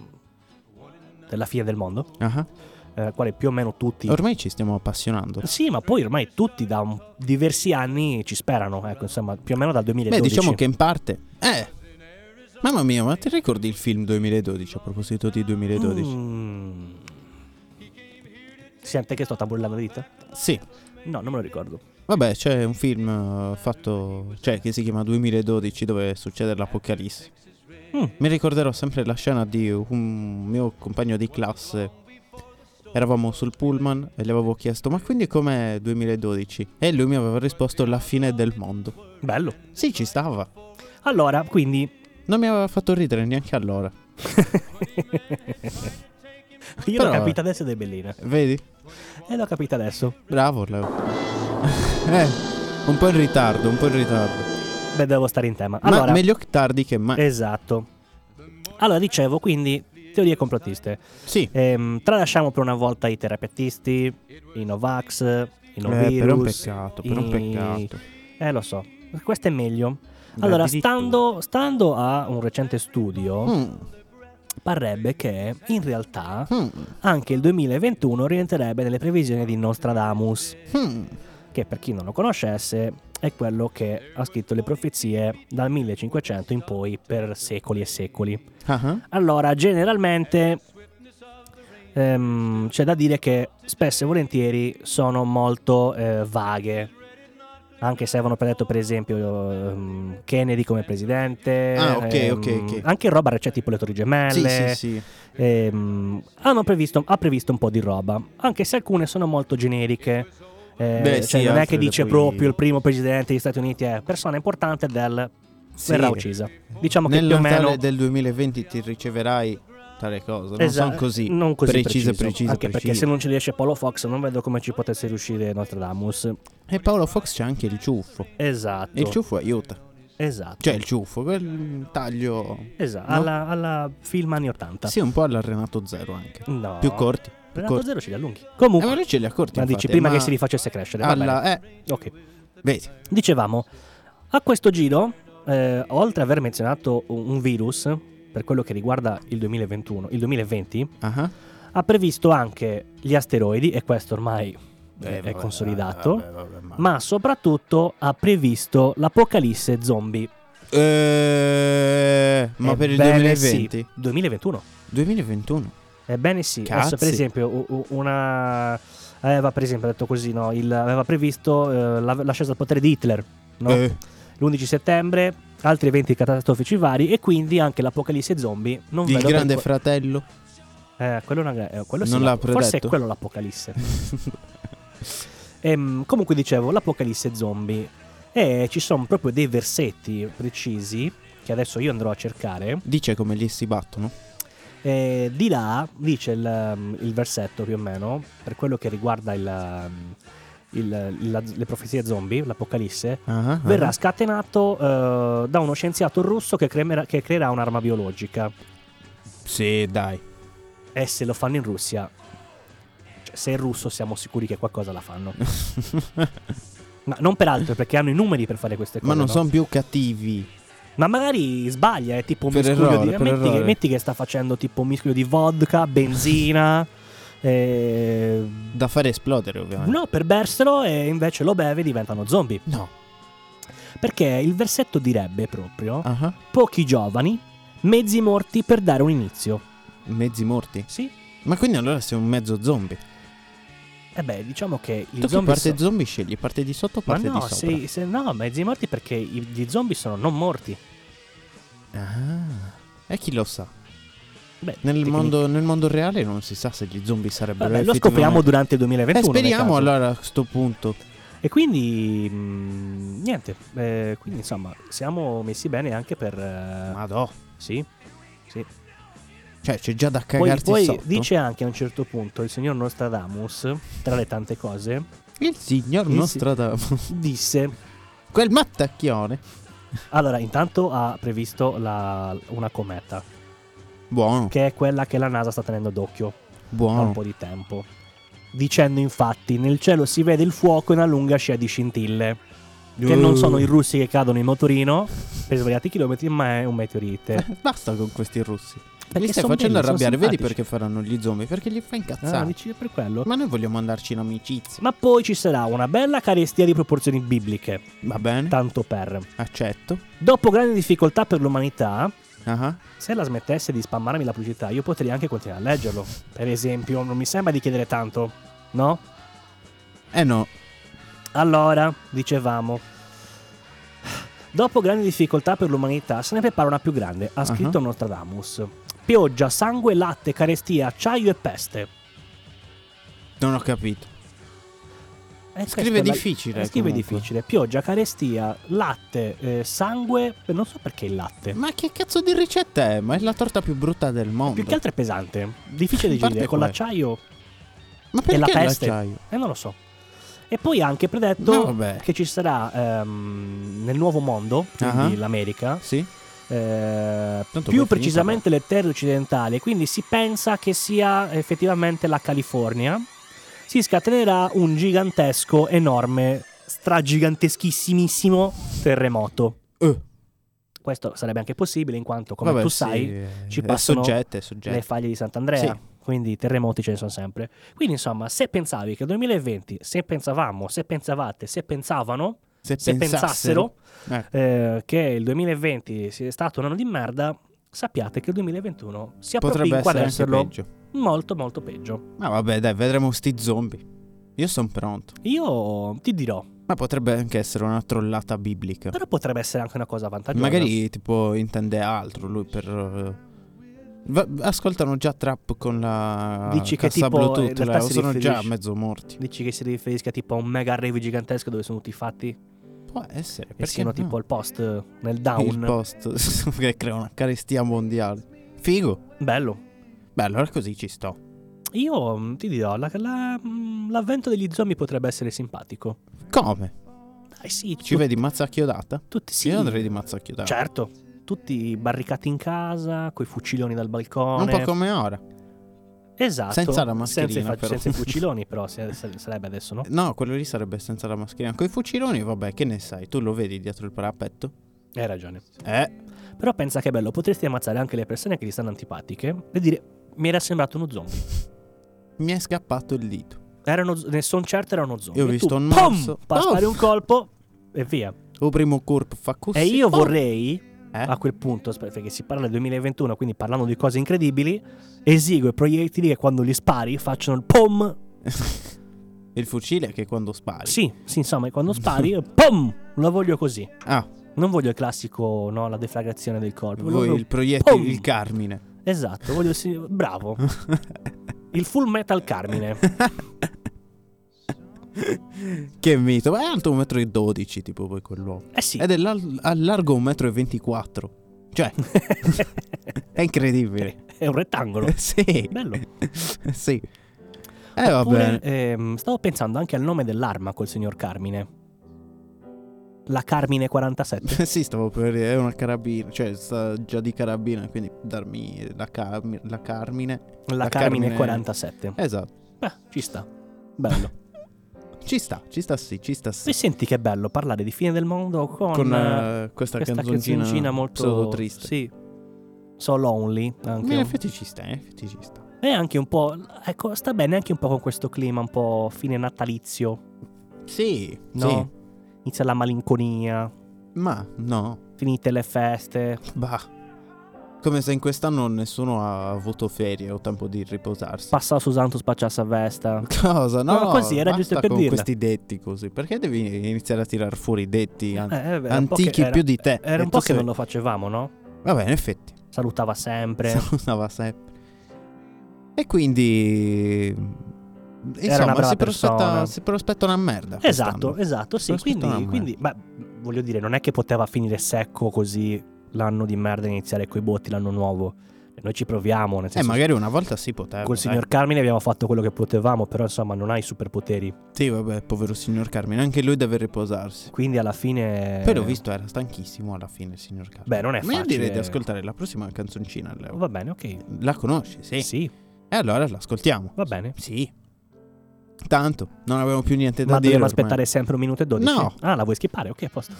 Speaker 3: della fine del mondo,
Speaker 4: Ah, ah.
Speaker 3: eh, quale più o meno tutti...
Speaker 4: Ormai ci stiamo appassionando.
Speaker 3: sì, ma poi ormai tutti da un- diversi anni ci sperano, ecco, insomma, più o meno dal
Speaker 4: Beh,
Speaker 3: 2012.
Speaker 4: diciamo che in parte... Eh! Mamma mia, ma ti ricordi il film 2012 a proposito di 2012?
Speaker 3: Mm. Sente che sto tabullando la dita?
Speaker 4: Sì.
Speaker 3: No, non me lo ricordo.
Speaker 4: Vabbè, c'è un film eh, fatto, cioè che si chiama 2012 dove succede l'apocalisse.
Speaker 3: Mm.
Speaker 4: Mi ricorderò sempre la scena di un mio compagno di classe. Eravamo sul pullman e gli avevo chiesto: "Ma quindi com'è 2012?" E lui mi aveva risposto: "La fine del mondo".
Speaker 3: Bello.
Speaker 4: Sì, ci stava.
Speaker 3: Allora, quindi
Speaker 4: Non mi aveva fatto ridere neanche allora.
Speaker 3: io
Speaker 4: Però-
Speaker 3: l'ho capita adesso ed è bellina.
Speaker 4: Vedi?
Speaker 3: E l'ho capita adesso.
Speaker 4: Bravo, Leo. eh, un po' in ritardo, un po' in ritardo.
Speaker 3: Beh, devo stare in tema.
Speaker 4: Ma
Speaker 3: Allora,
Speaker 4: meglio tardi che mai.
Speaker 3: esatto. Allora, dicevo, quindi teorie complottiste.
Speaker 4: sì.
Speaker 3: Ehm, tralasciamo per una volta i terapeutisti, i Novax, i
Speaker 4: Eh, però è un
Speaker 3: Novirus.
Speaker 4: peccato, però è un
Speaker 3: i-
Speaker 4: peccato.
Speaker 3: Eh, lo so. Questo è meglio. Allora, stando, stando a un recente studio,
Speaker 4: Mm,
Speaker 3: parrebbe che in realtà
Speaker 4: mm,
Speaker 3: anche il 2021 rientrerebbe nelle previsioni di Nostradamus,
Speaker 4: mm.
Speaker 3: che per chi non lo conoscesse è quello che ha scritto le profezie dal 1500 in poi per secoli e secoli.
Speaker 4: Ah, ah.
Speaker 3: Allora, generalmente ehm, c'è da dire che spesso e volentieri sono molto eh, vaghe. Anche se avevano predetto, per esempio, ehm, Kennedy come presidente, ehm,
Speaker 4: Ah, ok, ok, ok.
Speaker 3: anche roba recente tipo le Torri Gemelle,
Speaker 4: Sì, sì, sì.
Speaker 3: ehm, hanno previsto, ha previsto un po' di roba, anche se alcune sono molto generiche. Eh,
Speaker 4: Beh,
Speaker 3: cioè,
Speaker 4: sì,
Speaker 3: non è
Speaker 4: altre
Speaker 3: che dice
Speaker 4: poi-
Speaker 3: proprio il primo presidente degli Stati Uniti è persona importante del
Speaker 4: Sì.
Speaker 3: verrà uccisa. Diciamo che
Speaker 4: Nel
Speaker 3: più o
Speaker 4: Natale
Speaker 3: meno
Speaker 4: del 2020 ti riceverai tale cosa. Non
Speaker 3: Esa- Mm.
Speaker 4: sono così,
Speaker 3: non così
Speaker 4: precise,
Speaker 3: preciso.
Speaker 4: precise,
Speaker 3: Anche perché
Speaker 4: precise.
Speaker 3: se non ci riesce Paolo Fox, non vedo come ci potesse riuscire Nostradamus.
Speaker 4: E Paolo Fox c'è anche il ciuffo.
Speaker 3: Esatto.
Speaker 4: Il ciuffo aiuta.
Speaker 3: esatto.
Speaker 4: Cioè, il ciuffo, quel taglio.
Speaker 3: Esatto,
Speaker 4: no?
Speaker 3: alla, alla film anni 80.
Speaker 4: Sì, un po' all'arenato zero anche.
Speaker 3: No.
Speaker 4: Più corti. Più
Speaker 3: Renato
Speaker 4: corti.
Speaker 3: Mm. Zero ce li allunghi.
Speaker 4: Eh,
Speaker 3: Comunque,
Speaker 4: ma lui ce li ha corti.
Speaker 3: ma
Speaker 4: infatti,
Speaker 3: dici prima
Speaker 4: ma
Speaker 3: che si rifacesse crescere. va bene.
Speaker 4: alla- eh,
Speaker 3: Ok.
Speaker 4: vedi.
Speaker 3: Dicevamo, a questo giro, eh, oltre ad aver menzionato un, un virus per quello che riguarda il 2021, il 2020,
Speaker 4: Ah, ah.
Speaker 3: ha previsto anche gli asteroidi, e questo ormai è-
Speaker 4: Eh,
Speaker 3: è,
Speaker 4: vabbè,
Speaker 3: consolidato,
Speaker 4: vabbè, vabbè, ma-
Speaker 3: ma soprattutto ha previsto l'apocalisse zombie.
Speaker 4: Eh, ma per il
Speaker 3: Ebbene
Speaker 4: 2020?
Speaker 3: sì, 2021.
Speaker 4: 2021.
Speaker 3: Ebbene sì,
Speaker 4: Cazzi.
Speaker 3: adesso per esempio u- u- una aveva per esempio detto così, no, il- aveva previsto eh, la- l'ascesa al potere di Hitler, no?
Speaker 4: Eh,
Speaker 3: l'11 settembre, altri eventi catastrofici vari e quindi anche l'apocalisse zombie. Non
Speaker 4: il
Speaker 3: vedo per
Speaker 4: grande
Speaker 3: qua-
Speaker 4: fratello.
Speaker 3: eh, quello, è una- eh, quello sì,
Speaker 4: Non l'ha
Speaker 3: forse è
Speaker 4: predetto?
Speaker 3: quello l'apocalisse. Ehm, comunque dicevo, l'apocalisse zombie. E ci sono proprio dei versetti precisi che adesso io andrò a cercare.
Speaker 4: Dice come gli si battono.
Speaker 3: E di là dice il, ehm, il versetto più o meno, per quello che riguarda il, ehm, il- il- la- le profezie zombie, l'apocalisse,
Speaker 4: Ah, ah.
Speaker 3: verrà scatenato eh, da uno scienziato russo che, cremerà- che creerà un'arma biologica.
Speaker 4: Sì, dai.
Speaker 3: E Eh, se lo fanno in Russia, cioè, se è russo siamo sicuri che qualcosa la fanno. Ma non per altro, perché hanno i numeri per fare queste cose.
Speaker 4: ma non
Speaker 3: no?
Speaker 4: sono più cattivi.
Speaker 3: Ma magari sbaglia, è tipo un
Speaker 4: Per
Speaker 3: miscuglio di...
Speaker 4: errore, per
Speaker 3: Metti che,
Speaker 4: errore.
Speaker 3: metti che sta facendo tipo un miscuglio di vodka, benzina... eh,
Speaker 4: Da fare esplodere, ovviamente.
Speaker 3: No, per berselo e invece lo beve e diventano zombie.
Speaker 4: No.
Speaker 3: Perché il versetto direbbe proprio...
Speaker 4: Ah, ah.
Speaker 3: Pochi giovani, mezzi morti per dare un inizio.
Speaker 4: Mezzi morti.
Speaker 3: Sì.
Speaker 4: Ma quindi allora sei un mezzo zombie.
Speaker 3: E beh, diciamo che i
Speaker 4: tu che
Speaker 3: zombie...
Speaker 4: parte
Speaker 3: so-
Speaker 4: zombie scegli? Parte di sotto o
Speaker 3: Ma
Speaker 4: parte
Speaker 3: no,
Speaker 4: di sopra?
Speaker 3: se, se- no, mezzi morti perché i- gli zombie sono non morti.
Speaker 4: Ah. E chi lo sa?
Speaker 3: Beh,
Speaker 4: Nel
Speaker 3: tecnic-
Speaker 4: mondo, nel mondo reale non si sa se gli zombie sarebbero
Speaker 3: Vabbè, lo scopriamo
Speaker 4: effettivamente-
Speaker 3: durante il 2021.
Speaker 4: Eh,
Speaker 3: nel
Speaker 4: speriamo
Speaker 3: caso.
Speaker 4: allora a sto punto.
Speaker 3: E quindi mh, niente, eh, quindi insomma siamo messi bene anche per... eh,
Speaker 4: Madò.
Speaker 3: Sì, sì.
Speaker 4: Cioè, c'è già da
Speaker 3: Poi,
Speaker 4: cagarsi
Speaker 3: poi
Speaker 4: sotto.
Speaker 3: dice anche a un certo punto il signor Nostradamus, tra le tante cose,
Speaker 4: Il signor
Speaker 3: Il si-
Speaker 4: Nostradamus.
Speaker 3: disse...
Speaker 4: Quel mattacchione.
Speaker 3: Allora, intanto ha previsto la- una cometa,
Speaker 4: Buono,
Speaker 3: che è quella che la NASA sta tenendo d'occhio da un
Speaker 4: buono.
Speaker 3: po' di tempo. Dicendo infatti, nel cielo si vede il fuoco e una lunga scia di scintille, che non sono i russi che cadono in motorino per svariati chilometri, ma è un meteorite.
Speaker 4: Basta con questi russi.
Speaker 3: Eh, Perché
Speaker 4: Li stai
Speaker 3: son belli,
Speaker 4: facendo
Speaker 3: son
Speaker 4: arrabbiare. Vedi
Speaker 3: simpatici.
Speaker 4: perché faranno gli zombie? Perché li fa incazzare.
Speaker 3: Ah, dici per quello.
Speaker 4: Ma noi vogliamo andarci in amicizia.
Speaker 3: Ma poi ci sarà una bella carestia di proporzioni bibliche,
Speaker 4: Va bene,
Speaker 3: tanto per.
Speaker 4: accetto.
Speaker 3: Dopo grandi difficoltà per l'umanità,
Speaker 4: Ah ah.
Speaker 3: Se la smettesse di spammarmi la pubblicità, io potrei anche continuare a leggerlo. Per esempio, non mi sembra di chiedere tanto, no?
Speaker 4: Eh no,
Speaker 3: Allora, dicevamo. Dopo grandi difficoltà per l'umanità, se ne prepara una più grande, ha scritto Nostradamus. Pioggia, sangue, latte, carestia, acciaio e peste.
Speaker 4: non ho capito.
Speaker 3: E
Speaker 4: Scrive
Speaker 3: questa è
Speaker 4: difficile,
Speaker 3: eh, scrive
Speaker 4: comunque.
Speaker 3: difficile. Pioggia, carestia, latte, eh, sangue. eh, Non so perché il latte.
Speaker 4: Ma che cazzo di ricetta è? Ma è la torta più brutta del mondo.
Speaker 3: Più che altro è pesante. Difficile
Speaker 4: In
Speaker 3: da digerire.
Speaker 4: parte
Speaker 3: Con
Speaker 4: com'è?
Speaker 3: l'acciaio
Speaker 4: Ma
Speaker 3: e
Speaker 4: perché
Speaker 3: la peste.
Speaker 4: l'acciaio?
Speaker 3: Eh, non lo so. E poi ha anche
Speaker 4: No,
Speaker 3: predetto
Speaker 4: vabbè.
Speaker 3: che ci sarà ehm, nel nuovo mondo, quindi
Speaker 4: Ah.
Speaker 3: l'America,
Speaker 4: Sì?
Speaker 3: eh,
Speaker 4: Tanto poi
Speaker 3: più
Speaker 4: è
Speaker 3: precisamente le terre occidentali, quindi si pensa che sia effettivamente la California, si scatenerà un gigantesco, enorme, stragiganteschissimissimo terremoto.
Speaker 4: Eh,
Speaker 3: Questo sarebbe anche possibile in quanto, come
Speaker 4: vabbè,
Speaker 3: tu
Speaker 4: sì,
Speaker 3: sai,
Speaker 4: eh,
Speaker 3: ci
Speaker 4: è
Speaker 3: passano
Speaker 4: soggette, è soggette.
Speaker 3: le faglie di Sant'Andrea.
Speaker 4: Sì.
Speaker 3: Quindi i terremoti ce ne sono sempre. Quindi, insomma, se pensavi che 2020, se pensavamo, se pensavate, se pensavano,
Speaker 4: se,
Speaker 3: se pensassero
Speaker 4: Eh.
Speaker 3: eh, che il 2020 sia stato un anno di merda, sappiate che il 2021 si
Speaker 4: potrebbe
Speaker 3: appropinqua ad
Speaker 4: essere anche
Speaker 3: esserlo
Speaker 4: peggio.
Speaker 3: molto molto peggio.
Speaker 4: Ma vabbè, dai, vedremo sti zombie. Io sono pronto.
Speaker 3: Io ti dirò,
Speaker 4: Ma potrebbe anche essere una trollata biblica.
Speaker 3: però potrebbe essere anche una cosa vantaggiosa.
Speaker 4: Magari tipo intende altro lui per... eh, va- ascoltano già trap con la
Speaker 3: Dici che
Speaker 4: cassa
Speaker 3: tipo, eh, in
Speaker 4: Bluetooth,
Speaker 3: realtà
Speaker 4: là,
Speaker 3: si
Speaker 4: sono già
Speaker 3: riferisce-
Speaker 4: mezzo morti.
Speaker 3: Dici che si riferisca tipo a un mega rave gigantesco dove sono tutti fatti
Speaker 4: Può essere,
Speaker 3: e
Speaker 4: perché
Speaker 3: siano
Speaker 4: no?
Speaker 3: tipo il post eh, nel
Speaker 4: il
Speaker 3: down.
Speaker 4: post che crea una carestia mondiale. Figo.
Speaker 3: Bello.
Speaker 4: Beh, allora così ci sto.
Speaker 3: Io mm, ti dirò, la- la- mm, l'avvento degli zombie potrebbe essere simpatico.
Speaker 4: Come?
Speaker 3: Dai sì,
Speaker 4: Ci
Speaker 3: tu-
Speaker 4: vedi mazzacchiodata?
Speaker 3: tutti sì.
Speaker 4: Io andrei di mazzacchiodata.
Speaker 3: Certo, tutti barricati in casa, coi fuciloni dal balcone.
Speaker 4: Un po' come ora.
Speaker 3: Esatto.
Speaker 4: senza la
Speaker 3: Senza, i
Speaker 4: mascherina,
Speaker 3: fa-
Speaker 4: però.
Speaker 3: senza i fuciloni però, se- se- sarebbe adesso, no?
Speaker 4: No, quello lì sarebbe senza la mascherina. Con i fuciloni, vabbè, che ne sai? Tu lo vedi dietro il parapetto?
Speaker 3: Hai ragione.
Speaker 4: Eh,
Speaker 3: Però pensa che è bello, potresti ammazzare anche le persone che ti stanno antipatiche e dire mi era sembrato uno zombie.
Speaker 4: mi è scappato il dito.
Speaker 3: Erano, ne sono certo erano zombie.
Speaker 4: Io ho
Speaker 3: E
Speaker 4: visto
Speaker 3: tu,
Speaker 4: un
Speaker 3: pom!
Speaker 4: morso.
Speaker 3: pa- spari
Speaker 4: Oh!
Speaker 3: un colpo e via.
Speaker 4: O primo corpo fa così.
Speaker 3: E io
Speaker 4: oh,
Speaker 3: vorrei, Ah.
Speaker 4: eh,
Speaker 3: a quel punto, aspetta, perché si parla del 2021, quindi parlando di cose incredibili, esigo i proiettili che quando li spari facciano il pom.
Speaker 4: Il fucile è che quando spari.
Speaker 3: Sì, sì, insomma, quando spari, pom! Lo voglio così.
Speaker 4: Ah,
Speaker 3: Non voglio il classico, no, la deflagrazione del corpo. voglio
Speaker 4: voi
Speaker 3: proprio-
Speaker 4: il proiettile,
Speaker 3: pom!
Speaker 4: il carmine.
Speaker 3: Esatto, voglio... sì, bravo. Il full metal Carmine.
Speaker 4: che mito. Ma è alto 1,12 m, tipo poi quell'uomo.
Speaker 3: Eh sì.
Speaker 4: Ed è lal- a largo 1,24 m. Cioè, è incredibile.
Speaker 3: È un rettangolo.
Speaker 4: Eh sì.
Speaker 3: Bello.
Speaker 4: sì. Eh, va
Speaker 3: Oppure,
Speaker 4: bene.
Speaker 3: ehm, stavo pensando anche al nome dell'arma col signor Carmine. La Carmine 47.
Speaker 4: sì, stavo per dire, è una carabina, cioè sta già di carabina, quindi darmi la, carmi- la carmine.
Speaker 3: La,
Speaker 4: La
Speaker 3: Carmine,
Speaker 4: Carmine-
Speaker 3: 47.
Speaker 4: Esatto.
Speaker 3: Beh, ci sta. Bello.
Speaker 4: Ci sta, ci sta sì, ci sta sì.
Speaker 3: E senti che bello parlare di fine del mondo con,
Speaker 4: Con
Speaker 3: eh,
Speaker 4: eh, questa,
Speaker 3: questa
Speaker 4: canzoncina,
Speaker 3: canzoncina molto
Speaker 4: pseudo triste.
Speaker 3: Sì. So lonely
Speaker 4: Ma
Speaker 3: anche.
Speaker 4: in effetti ci sta, in effetti ci sta.
Speaker 3: E anche un po'. Ecco, sta bene anche un po' con questo clima, un po' fine natalizio.
Speaker 4: Sì,
Speaker 3: No? Inizia la malinconia.
Speaker 4: sì. Ma no,
Speaker 3: Finite le feste.
Speaker 4: bah. Come se in quest'anno nessuno ha avuto ferie o tempo di riposarsi.
Speaker 3: Passa Susanto spacciassa a vesta.
Speaker 4: Cosa? No,
Speaker 3: No, così, era
Speaker 4: basta
Speaker 3: giusto per
Speaker 4: con
Speaker 3: dirla.
Speaker 4: questi detti così. Perché devi iniziare a tirar fuori i detti an-
Speaker 3: Eh, eh, beh, era un po'
Speaker 4: antichi
Speaker 3: che era-
Speaker 4: più di te?
Speaker 3: Era un
Speaker 4: E tu
Speaker 3: po' che
Speaker 4: sei-
Speaker 3: non lo facevamo, no?
Speaker 4: Vabbè, in effetti.
Speaker 3: Salutava sempre.
Speaker 4: Salutava sempre. E quindi.
Speaker 3: una
Speaker 4: Insomma,
Speaker 3: brava
Speaker 4: si prospetta,
Speaker 3: persona.
Speaker 4: si prospetta una merda.
Speaker 3: esatto,
Speaker 4: quest'anno.
Speaker 3: esatto, sì.
Speaker 4: Questo sta a
Speaker 3: Quindi,
Speaker 4: me.
Speaker 3: quindi, beh, voglio dire, non è che poteva finire secco così l'anno di merda e iniziare coi botti l'anno nuovo. Noi ci proviamo, nel
Speaker 4: Eh,
Speaker 3: senso,
Speaker 4: magari una volta si poteva. Eh.
Speaker 3: col
Speaker 4: dai.
Speaker 3: signor Carmine abbiamo fatto quello che potevamo, però insomma non hai superpoteri.
Speaker 4: Sì, vabbè, povero signor Carmine. Anche lui deve riposarsi.
Speaker 3: Quindi alla fine...
Speaker 4: Poi l'ho visto, era stanchissimo alla fine il signor Carmine.
Speaker 3: Eh. Beh, non è
Speaker 4: Ma io
Speaker 3: facile.
Speaker 4: direi di ascoltare la prossima canzoncina, Leo.
Speaker 3: Va bene, ok.
Speaker 4: La conosci, sì.
Speaker 3: Sì,
Speaker 4: E allora l'ascoltiamo.
Speaker 3: va bene.
Speaker 4: Sì. Tanto, non abbiamo più niente da
Speaker 3: Ma
Speaker 4: dire.
Speaker 3: dobbiamo
Speaker 4: ormai.
Speaker 3: aspettare sempre un minuto e dodici?
Speaker 4: No.
Speaker 3: Ah, la vuoi skippare? Ok, a posto.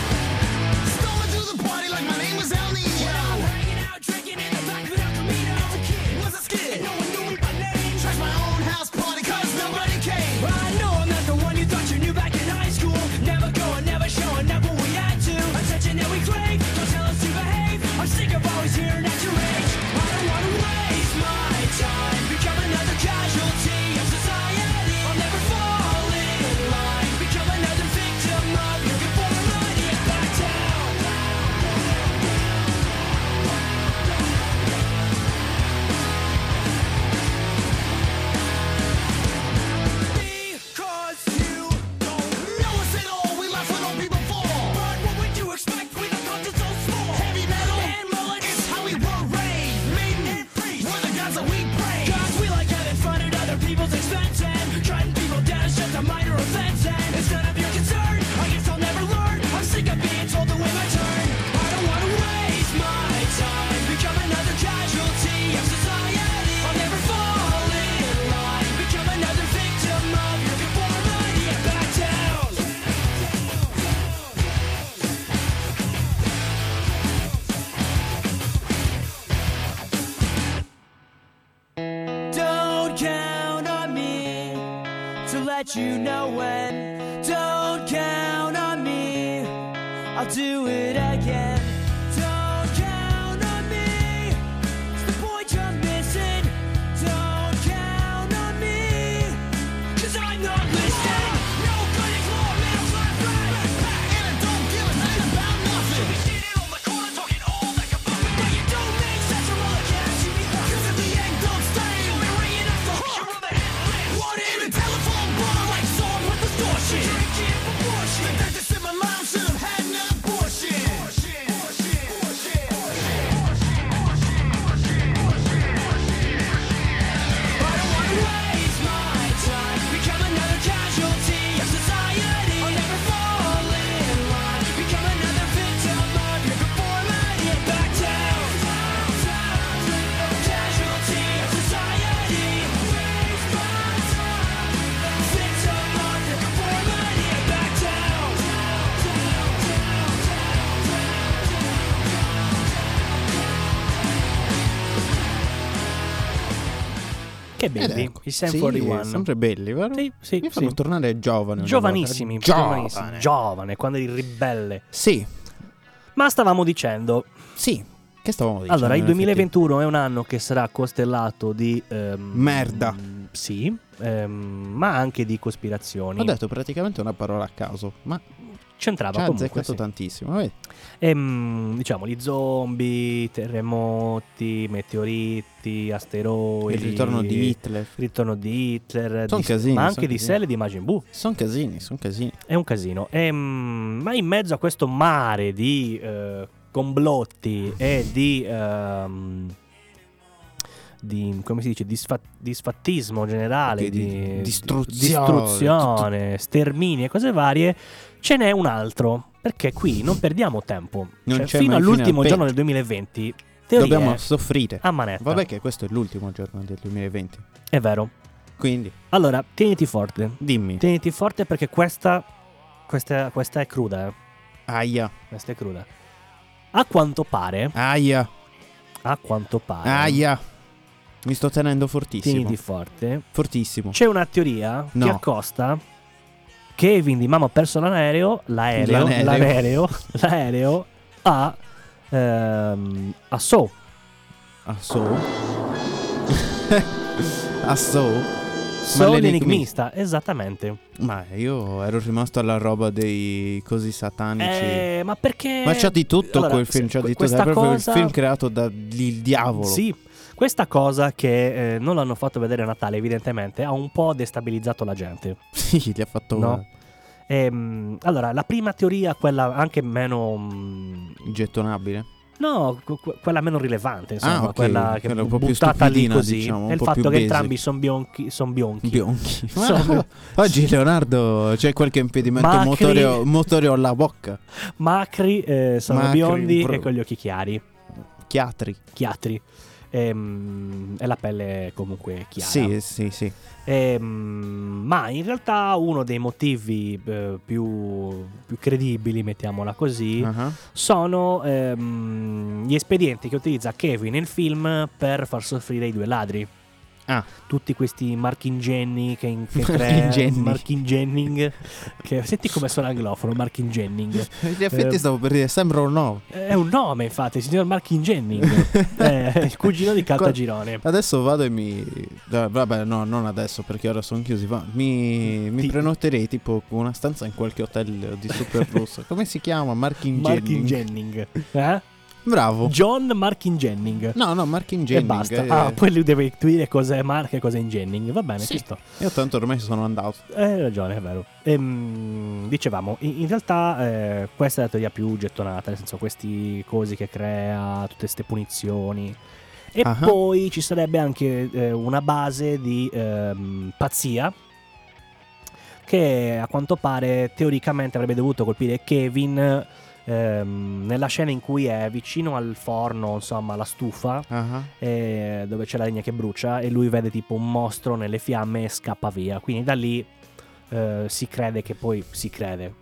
Speaker 5: Stalling through the party like my name was El Nino.
Speaker 7: Hanging out, drinking in the back without the meter. I was a kid,
Speaker 5: Was a skid.
Speaker 7: no one knew me by name.
Speaker 5: Trashed my own house party 'cause nobody came.
Speaker 7: I know I'm not the one you thought you knew back in high school. Never going, never showing up when we had to. Attention that we crave, don't tell us to behave. I'm sick of always hearing that you rage. I don't wanna waste my time, become another casualty of society. I'll never fall in line, become another victim of your conformity. Back down.
Speaker 5: Because you don't know us at all. We left when old people fall. But what would you expect when the culture's so small? Heavy metal and mullets. It's how we were raised. Maiden and priest. We're the gods that we praise.
Speaker 7: Cause we like having fun at other people's expense and Trying people down is just a minor offense and It's none of your concern, I guess I'll never learn I'm sick of being told to wait my turn I don't wanna waste my time Become another casualty of society I'll never fall in line Become another victim of your conformity Back down Don't count on me to let you know when. Don't count on me, I'll do it again. Don't count on me, it's the point you're missing. Don't count on me, cause I'm not listening. No good is law, man, I'm not right. Back
Speaker 5: And I don't give a shit about nothing.
Speaker 7: Standing on the corner talking all like a puppet. But you don't make sense from all the cash you be left.
Speaker 5: Cause at the end, don't stay.
Speaker 7: You'll be ringing off the hook. You're on the hit list.
Speaker 5: What in a telephone bar like song with distortion?
Speaker 7: Drinking proportion.
Speaker 5: Think this in my lounge should have had an abortion.
Speaker 3: Che belli,
Speaker 4: ecco.
Speaker 3: i Sam
Speaker 4: Sì,
Speaker 3: 41.
Speaker 4: sempre belli, vero?
Speaker 3: Sì, sì,
Speaker 4: Mi fanno
Speaker 3: sì.
Speaker 4: tornare giovane. una
Speaker 3: Giovanissimi,
Speaker 4: volta.
Speaker 3: giovanissimi, giovane, quando eri ribelle.
Speaker 4: Sì,
Speaker 3: Ma stavamo dicendo,
Speaker 4: sì. Che stavamo dicendo?
Speaker 3: allora il
Speaker 4: in effetti?
Speaker 3: 2021 è un anno che sarà costellato di... ehm,
Speaker 4: Merda.
Speaker 3: Sì, ehm, ma anche di cospirazioni.
Speaker 4: Ho detto praticamente una parola a caso, ma
Speaker 3: C'entrava
Speaker 4: ci ha
Speaker 3: Ah, comunque.
Speaker 4: azzeccato
Speaker 3: Sì.
Speaker 4: tantissimo. vedi?
Speaker 3: Ehm, diciamo gli zombie, terremoti, meteoriti, asteroidi.
Speaker 4: Il ritorno di Hitler.
Speaker 3: ritorno di Hitler,
Speaker 4: Son
Speaker 3: di-
Speaker 4: casini,
Speaker 3: ma
Speaker 4: son
Speaker 3: anche di
Speaker 4: casini.
Speaker 3: Sele e di Majin Buu.
Speaker 4: Sono casini, sono casini.
Speaker 3: È un casino. Ehm, ma in mezzo a questo mare di eh, complotti e di, ehm, di- come si dice di, sfa- di sfattismo generale,
Speaker 4: Di- di-
Speaker 3: di
Speaker 4: distruzione,
Speaker 3: distruzione, stermini e cose varie, ce n'è un altro. Perché qui non perdiamo tempo.
Speaker 4: Non
Speaker 3: Cioè,
Speaker 4: c'è
Speaker 3: fino
Speaker 4: mai fine al
Speaker 3: all'ultimo
Speaker 4: peggio.
Speaker 3: giorno del 2020, teorie
Speaker 4: Dobbiamo soffrire.
Speaker 3: a manetta.
Speaker 4: Vabbè che questo è l'ultimo giorno del 2020.
Speaker 3: È vero.
Speaker 4: Quindi,
Speaker 3: Allora, tieniti forte.
Speaker 4: dimmi.
Speaker 3: Tieniti forte perché questa, questa, questa è cruda. eh.
Speaker 4: Aia,
Speaker 3: Questa è cruda. A quanto pare,
Speaker 4: aia,
Speaker 3: a quanto pare,
Speaker 4: aia. Mi sto tenendo fortissimo.
Speaker 3: tieniti forte,
Speaker 4: Fortissimo.
Speaker 3: c'è una teoria
Speaker 4: No.
Speaker 3: che accosta che Evin di Mamma ha perso l'aereo, l'aereo,
Speaker 4: L'aereo.
Speaker 3: l'aereo, l'aereo a, ehm, a So.
Speaker 4: Asso. Ah, Asso.
Speaker 3: So
Speaker 4: l'enigmista.
Speaker 3: l'enigmista, esattamente.
Speaker 4: Ma io ero rimasto alla roba dei così satanici.
Speaker 3: Eh, ma perché...
Speaker 4: Ma c'ha di tutto
Speaker 3: Allora,
Speaker 4: quel film, c'ha di tutto. È
Speaker 3: questa
Speaker 4: proprio
Speaker 3: cosa-
Speaker 4: il film creato dal diavolo.
Speaker 3: Sì, questa cosa che eh, non l'hanno fatto vedere a Natale evidentemente ha un po' destabilizzato la gente.
Speaker 4: Sì, gli ha fatto
Speaker 3: No. Ehm, allora, la prima teoria, quella anche meno... mm,
Speaker 4: gettonabile.
Speaker 3: No, que- que- quella meno rilevante, insomma,
Speaker 4: Ah, ok,
Speaker 3: quella che
Speaker 4: quella
Speaker 3: è
Speaker 4: un po' più
Speaker 3: buttata lì
Speaker 4: stupidina,
Speaker 3: così,
Speaker 4: diciamo, un
Speaker 3: è il
Speaker 4: po'
Speaker 3: fatto
Speaker 4: più
Speaker 3: che
Speaker 4: basic. Ah.
Speaker 3: entrambi sono bionchi, son bionchi.
Speaker 4: Bionchi. Ma
Speaker 3: Sono-
Speaker 4: oggi Leonardo c'è qualche impedimento
Speaker 3: Macri.
Speaker 4: motorio, motorio alla bocca.
Speaker 3: Macri eh, sono
Speaker 4: Macri,
Speaker 3: biondi
Speaker 4: pro-
Speaker 3: e con gli occhi chiari,
Speaker 4: Chiatri.
Speaker 3: chiatri. Ehm, e la pelle comunque chiara.
Speaker 4: Sì, sì, sì.
Speaker 3: Ehm, ma in realtà uno dei motivi eh, più, più credibili, mettiamola così,
Speaker 4: Ah.
Speaker 3: sono ehm, gli espedienti che utilizza Kevin nel film per far soffrire i due ladri.
Speaker 4: Ah.
Speaker 3: Tutti questi marchingenni che, in, che
Speaker 4: Marchingenni.
Speaker 3: crea- marchingenning, che- senti come suona anglofono, marchingenning.
Speaker 4: In effetti
Speaker 3: Eh,
Speaker 4: stavo per dire, sembra un no.
Speaker 3: È un nome infatti, il signor Marchingenning, eh, il cugino di Caltagirone.
Speaker 4: Adesso vado e mi... eh, Vabbè, no, non adesso perché ora sono chiusi. Ma mi, mi
Speaker 3: Ti-
Speaker 4: prenoterei tipo una stanza in qualche hotel di super russo. Come si chiama? Marching
Speaker 3: Marchingenning. Eh?
Speaker 4: Bravo.
Speaker 3: John Marchingenning.
Speaker 4: No, no, Marking
Speaker 3: E
Speaker 4: Jennings.
Speaker 3: basta.
Speaker 4: eh,
Speaker 3: Ah, poi lui deve dire cos'è Mark e cos'è Ingenning. Va bene, ci
Speaker 4: Sì.
Speaker 3: sto.
Speaker 4: Io tanto ormai sono andato.
Speaker 3: Eh, Hai ragione, è vero. Ehm, dicevamo, in, in realtà eh, questa è la teoria più gettonata, nel senso questi cosi che crea, tutte queste punizioni. E
Speaker 4: Ah.
Speaker 3: poi ci sarebbe anche eh, una base di ehm, pazzia che a quanto pare teoricamente avrebbe dovuto colpire Kevin ehm, nella scena in cui è vicino al forno, insomma, alla stufa
Speaker 4: Ah,
Speaker 3: eh, dove c'è la legna che brucia e lui vede tipo un mostro nelle fiamme e scappa via. Quindi da lì eh, si crede che poi si crede.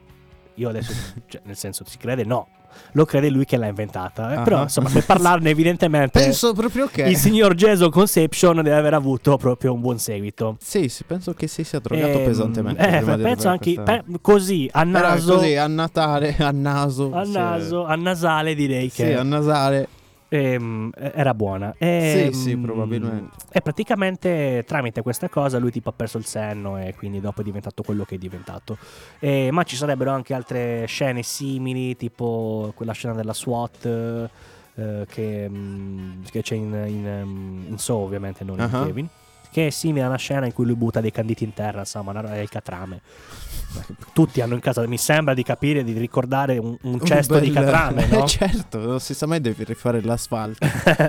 Speaker 3: Io adesso, cioè, nel senso, si crede no. Lo crede lui che l'ha inventata. eh.
Speaker 4: Ah.
Speaker 3: Però insomma, per parlarne evidentemente
Speaker 4: Penso proprio che...
Speaker 3: il signor Jason Conception deve aver avuto proprio un buon seguito.
Speaker 4: Sì, sì, penso che si sia drogato
Speaker 3: Ehm,
Speaker 4: pesantemente.
Speaker 3: eh,
Speaker 4: prima di
Speaker 3: penso
Speaker 4: arrivare a
Speaker 3: anche
Speaker 4: questa-
Speaker 3: pe- così a
Speaker 4: Però
Speaker 3: naso,
Speaker 4: così, a Natale, a naso.
Speaker 3: a,
Speaker 4: sì.
Speaker 3: naso a nasale direi
Speaker 4: Sì,
Speaker 3: che
Speaker 4: a nasale.
Speaker 3: Ehm, era buona. Ehm,
Speaker 4: sì, probabilmente.
Speaker 3: E praticamente tramite questa cosa lui tipo ha perso il senno e quindi dopo è diventato quello che è diventato. Eh, ma ci sarebbero anche altre scene simili, tipo quella scena della SWAT. eh, che, mm, che c'è in, in, ehm, in So ovviamente non in
Speaker 4: Ah.
Speaker 3: Kevin che è simile a una scena in cui lui butta dei canditi in terra insomma una- è il catrame tutti hanno in casa mi sembra di capire di ricordare un, un cesto di
Speaker 4: bel-
Speaker 3: catrame no?
Speaker 4: Eh, certo, non si sa mai devi rifare l'asfalto.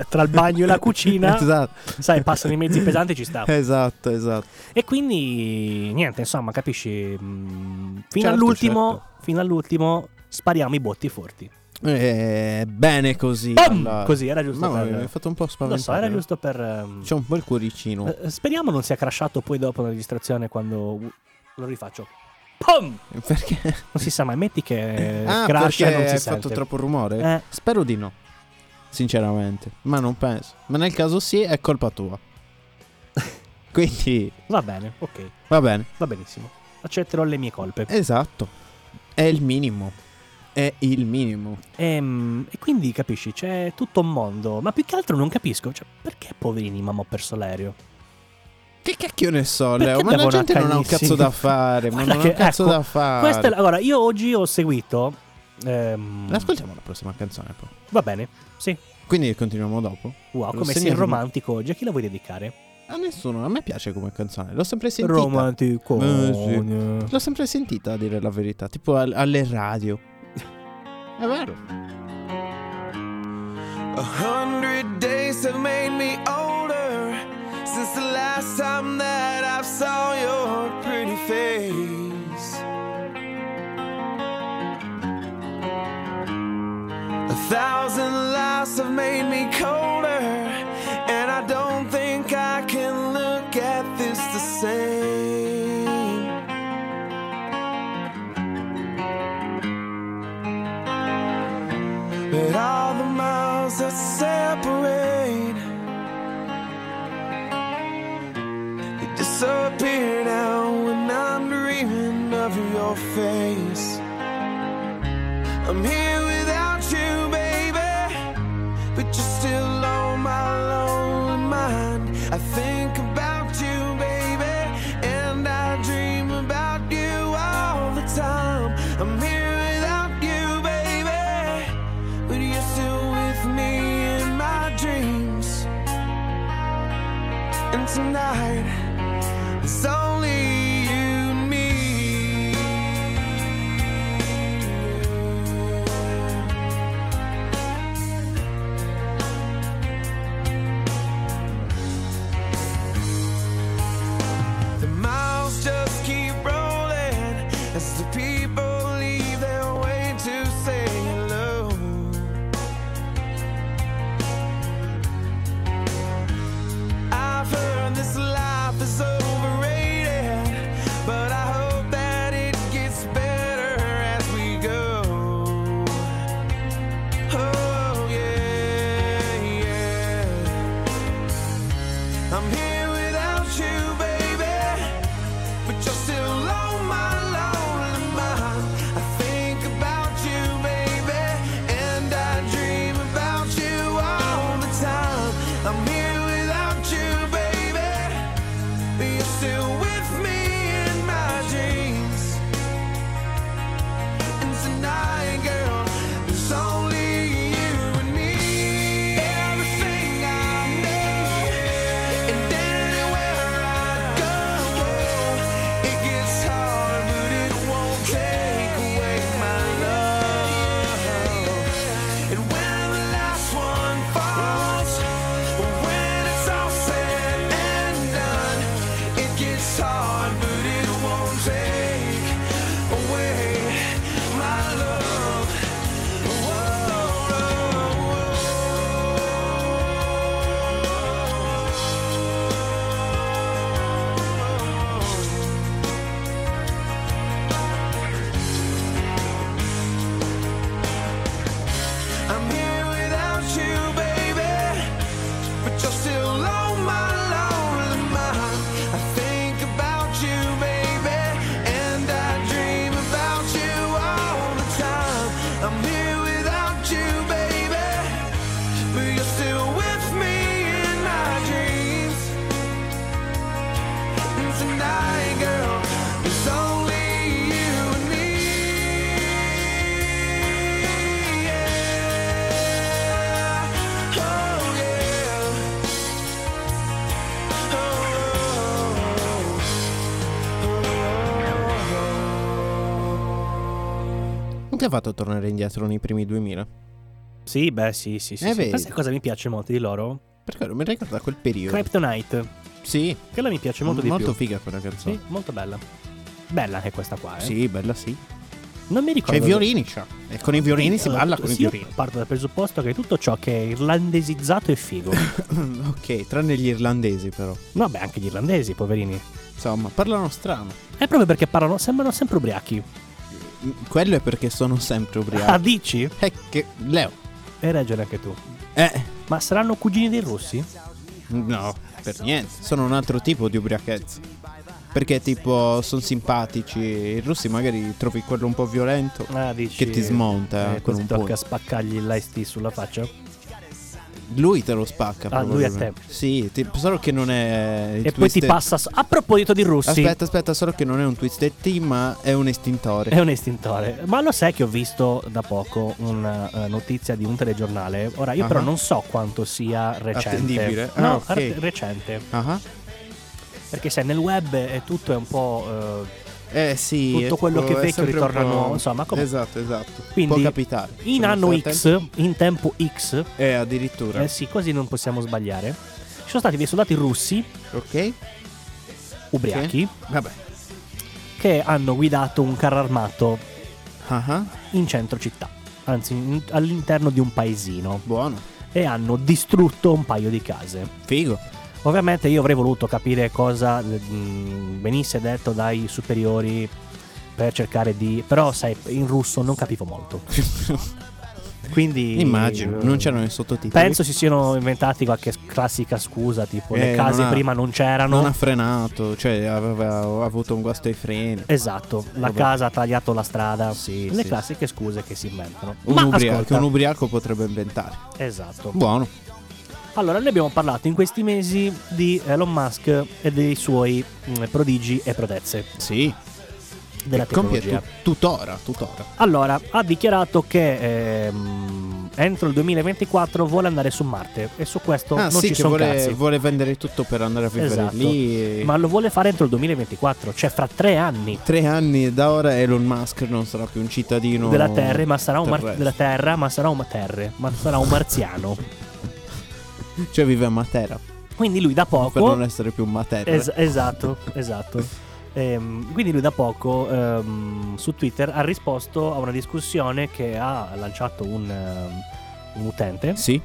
Speaker 3: tra il bagno e la cucina
Speaker 4: Cioè esatto.
Speaker 3: sai, passano i mezzi pesanti e ci sta.
Speaker 4: Esatto, esatto.
Speaker 3: E quindi, niente, insomma, capisci? mm, Fino
Speaker 4: Certo,
Speaker 3: all'ultimo,
Speaker 4: certo.
Speaker 3: fino all'ultimo, spariamo i botti forti.
Speaker 4: Eh, bene così.
Speaker 3: Bam!
Speaker 4: allora.
Speaker 3: Così, era giusto
Speaker 4: Mamma
Speaker 3: per- eh,
Speaker 4: mia, mi hai fatto un po'
Speaker 3: Lo
Speaker 4: spaventare. eh.
Speaker 3: so, era giusto per... ehm,
Speaker 4: C'è un po' il cuoricino.
Speaker 3: eh, Speriamo non sia crashato poi dopo la registrazione quando lo rifaccio. POM!
Speaker 4: Perché?
Speaker 3: Non si sa mai, metti che
Speaker 4: ah,
Speaker 3: crasha e
Speaker 4: perché
Speaker 3: Eh, non si
Speaker 4: hai
Speaker 3: sente.
Speaker 4: fatto troppo rumore?
Speaker 3: Eh.
Speaker 4: Spero di no. Sinceramente, ma non penso. Ma nel caso sì, è colpa tua. Quindi
Speaker 3: Va bene, ok,
Speaker 4: va bene.
Speaker 3: va benissimo. Accetterò le mie colpe.
Speaker 4: Esatto. È il minimo. È il minimo.
Speaker 3: Ehm, E, quindi capisci, c'è tutto un mondo. Ma più che altro non capisco, cioè, perché poverini mamma ho perso l'aereo?
Speaker 4: Che cacchio ne so,
Speaker 3: Perché
Speaker 4: Leo? Ma la
Speaker 3: devono
Speaker 4: gente non ha un
Speaker 3: accanirsi?
Speaker 4: cazzo da fare. ma
Speaker 3: Guarda
Speaker 4: non ha
Speaker 3: che-
Speaker 4: un cazzo
Speaker 3: ecco,
Speaker 4: da fare.
Speaker 3: Questa è la- allora, io oggi ho seguito. ehm,
Speaker 4: Ascoltiamo la prossima canzone poi.
Speaker 3: Va bene, sì.
Speaker 4: Quindi continuiamo dopo.
Speaker 3: Wow,
Speaker 4: Lo
Speaker 3: come sei
Speaker 4: segniamo.
Speaker 3: romantico oggi. A chi la vuoi dedicare?
Speaker 4: A nessuno, a me piace come canzone. L'ho sempre sentita.
Speaker 3: Romantico.
Speaker 4: Eh, sì. L'ho sempre sentita a dire la verità, tipo al- alle radio. È vero.
Speaker 6: A hundred days have made me older since the last time that I saw your pretty face. A thousand lies have made me colder, and I don't think I can look at this the same. But all the miles that separate They disappear now when I'm dreaming of your face I'm here without you, baby But you're still on my lonely mind I think about you, baby And I dream about you all the time I'm here without you, baby but you're still with me in my dreams. And tonight, it's only you and me. The miles just keep rolling as the people leave their way to say hello. I've heard this life is overrated, but I hope that it gets better as we go. Oh, yeah, yeah. I'm here without you, baby, but you're still on my lonely mind. I think about you, baby, and I dream about you all the time. I'm here without you, baby, but you're still with me in my dreams. And tonight, girl, it's only you and me. Everything I need, and anywhere I go, it gets hard, but it won't take away my love. And when the last one falls, when it's all said and done, it gets hard, but it won't take away my love. I'm here without you, baby. But you're still on my lonely mind. I think about you, baby. And I dream about you all the time. I'm here without you, baby. But you're still with me in my dreams. And tonight, girl, it's only you and me. Oh yeah.
Speaker 4: Non ti ha fatto tornare indietro nei primi 2000?
Speaker 3: Sì, beh, sì, sì, sì.
Speaker 4: Eh,
Speaker 3: sì.
Speaker 4: vedi.
Speaker 3: Questa cosa mi piace molto di loro.
Speaker 4: Perché non mi ricorda quel periodo.
Speaker 3: Kryptonite.
Speaker 4: Sì,
Speaker 3: Quella mi piace molto di più.
Speaker 4: figa quella canzone.
Speaker 3: Sì, molto bella. Bella anche questa qua, eh.
Speaker 4: Sì, bella sì.
Speaker 3: Non mi
Speaker 4: C'è i
Speaker 3: ricordo.
Speaker 4: violini, c'ha. E con i violini si
Speaker 3: Allora,
Speaker 4: balla
Speaker 3: tu-
Speaker 4: con i
Speaker 3: Eh, sì, io
Speaker 4: violini.
Speaker 3: Parto dal presupposto che tutto ciò che è irlandesizzato è figo.
Speaker 4: ok, tranne gli irlandesi però.
Speaker 3: Vabbè, anche gli irlandesi, poverini.
Speaker 4: Insomma, parlano strano.
Speaker 3: È proprio perché parlano, sembrano sempre ubriachi.
Speaker 4: Mm, Quello è perché sono sempre
Speaker 3: Ah,
Speaker 4: ubriaco.
Speaker 3: dici?
Speaker 4: È che Leo.
Speaker 3: Hai ragione anche tu.
Speaker 4: Eh,
Speaker 3: Ma saranno cugini dei russi?
Speaker 4: no. per niente, sono un altro tipo di ubriachezza. Perché tipo sono simpatici, i russi magari trovi quello un po' violento
Speaker 3: Ah, dici,
Speaker 4: che ti smonta
Speaker 3: eh,
Speaker 4: con
Speaker 3: così
Speaker 4: un
Speaker 3: tocca
Speaker 4: po'.
Speaker 3: spaccargli l'IST sulla faccia.
Speaker 4: Lui te lo spacca.
Speaker 3: Ah, lui a te.
Speaker 4: probabilmente. Sì, ti- solo che non è... il
Speaker 3: e poi ti
Speaker 4: twisted-
Speaker 3: passa. s- A proposito di russi,
Speaker 4: Aspetta, aspetta, solo che non è un twisted team, ma è un estintore.
Speaker 3: è un estintore. Ma lo sai che ho visto da poco una eh, notizia di un telegiornale. Ora, io
Speaker 4: Ah.
Speaker 3: però non so quanto sia recente.
Speaker 4: Attendibile. Ah,
Speaker 3: No,
Speaker 4: ok.
Speaker 3: ar- recente.
Speaker 4: Ah,
Speaker 3: Perché sai, nel web è tutto è un po'. eh,
Speaker 4: Eh sì.
Speaker 3: Tutto
Speaker 4: è
Speaker 3: quello
Speaker 4: tipo-
Speaker 3: che
Speaker 4: è
Speaker 3: vecchio
Speaker 4: sempre un
Speaker 3: ritorna
Speaker 4: po'-
Speaker 3: nuovo, insomma, come-
Speaker 4: Esatto, esatto.
Speaker 3: Quindi,
Speaker 4: Può capitare.
Speaker 3: in
Speaker 4: Sono
Speaker 3: anno
Speaker 4: stato
Speaker 3: X, in tempo X,
Speaker 4: attento. Eh, addirittura.
Speaker 3: eh sì, così non possiamo sbagliare. Ci sono stati dei soldati russi,
Speaker 4: Ok.
Speaker 3: ubriachi,
Speaker 4: Vabbè.
Speaker 3: che hanno guidato un carro armato
Speaker 4: Ah, ah,
Speaker 3: in centro città, anzi in- all'interno di un paesino,
Speaker 4: buono.
Speaker 3: e hanno distrutto un paio di case.
Speaker 4: Figo.
Speaker 3: Ovviamente io avrei voluto capire cosa mm, venisse detto dai superiori per cercare di... però sai, in russo non capivo molto. Quindi...
Speaker 4: Immagino,
Speaker 3: c'erano
Speaker 4: non c'erano i sottotitoli.
Speaker 3: eh, Penso si siano inventati qualche classica scusa, tipo le
Speaker 4: Eh,
Speaker 3: case
Speaker 4: non ha-
Speaker 3: prima non c'erano.
Speaker 4: Non ha frenato, cioè aveva avuto un guasto ai freni.
Speaker 3: Esatto, la
Speaker 4: Vabbè.
Speaker 3: casa ha tagliato la strada.
Speaker 4: Sì,
Speaker 3: le
Speaker 4: sì.
Speaker 3: classiche scuse che si inventano.
Speaker 4: Un,
Speaker 3: Ma
Speaker 4: ubriaco,
Speaker 3: ascolta,
Speaker 4: un ubriaco potrebbe inventare.
Speaker 3: esatto.
Speaker 4: Buono.
Speaker 3: Allora, noi abbiamo parlato in questi mesi di Elon Musk e dei suoi mh, prodigi e prodezze
Speaker 4: Sì.
Speaker 3: della
Speaker 4: Compie
Speaker 3: tecnologia.
Speaker 4: tu- tutora, tutora.
Speaker 3: Allora, ha dichiarato che ehm, entro il 2024 vuole andare su Marte e su questo
Speaker 4: Ah,
Speaker 3: non ci
Speaker 4: sì, che
Speaker 3: sono
Speaker 4: vuole,
Speaker 3: cazzi.
Speaker 4: vuole vendere tutto per andare a vivere
Speaker 3: Esatto.
Speaker 4: lì. e-
Speaker 3: Ma lo vuole fare entro il 2024, cioè fra tre anni.
Speaker 4: Tre anni da ora Elon Musk non sarà più un cittadino
Speaker 3: della Terra, ma sarà un mar-
Speaker 4: terrestre.
Speaker 3: della Terra, ma sarà un terre, ma sarà un marziano.
Speaker 4: Cioè vive a Matera.
Speaker 3: Quindi lui da
Speaker 4: Per non
Speaker 3: poco
Speaker 4: essere più un Matera.
Speaker 3: Es- esatto, esatto. Ehm, quindi lui da poco ehm, su Twitter ha risposto a una discussione che ha lanciato un, ehm, un utente
Speaker 4: Sì.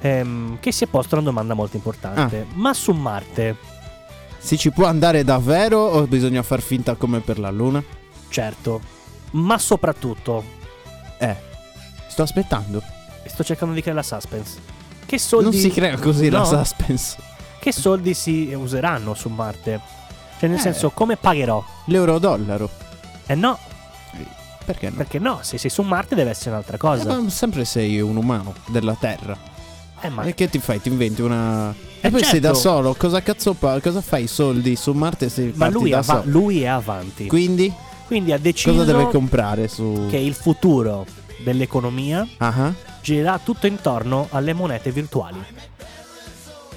Speaker 3: ehm, che si è posto una domanda molto
Speaker 4: Ah.
Speaker 3: importante. Ma su Marte,
Speaker 4: Si ci può andare davvero o bisogna far finta come per la Luna?
Speaker 3: certo, ma soprattutto,
Speaker 4: Eh. Sto aspettando.
Speaker 3: sto cercando di creare la suspense. Che
Speaker 4: Non
Speaker 3: soldi
Speaker 4: si crea così la
Speaker 3: No.
Speaker 4: suspense.
Speaker 3: che soldi si useranno su Marte? Cioè, nel
Speaker 4: Eh.
Speaker 3: senso, come pagherò?
Speaker 4: L'euro-dollaro.
Speaker 3: Eh no,
Speaker 4: Perché no?
Speaker 3: perché no, se sei su Marte deve essere un'altra cosa.
Speaker 4: Eh, ma sempre sei un umano della Terra.
Speaker 3: Eh, ma
Speaker 4: E che ti fai? Ti inventi una...
Speaker 3: Eh,
Speaker 4: e poi sei
Speaker 3: certo.
Speaker 4: da solo. Cosa cazzo pa- Cosa fai i soldi su Marte se
Speaker 3: ma
Speaker 4: parti
Speaker 3: lui, è
Speaker 4: da
Speaker 3: ava-
Speaker 4: solo?
Speaker 3: lui è avanti.
Speaker 4: Quindi
Speaker 3: Quindi ha
Speaker 4: cosa
Speaker 3: deciso
Speaker 4: deve comprare su...
Speaker 3: che il futuro dell'economia
Speaker 4: Ah, ah.
Speaker 3: girerà tutto intorno alle monete virtuali.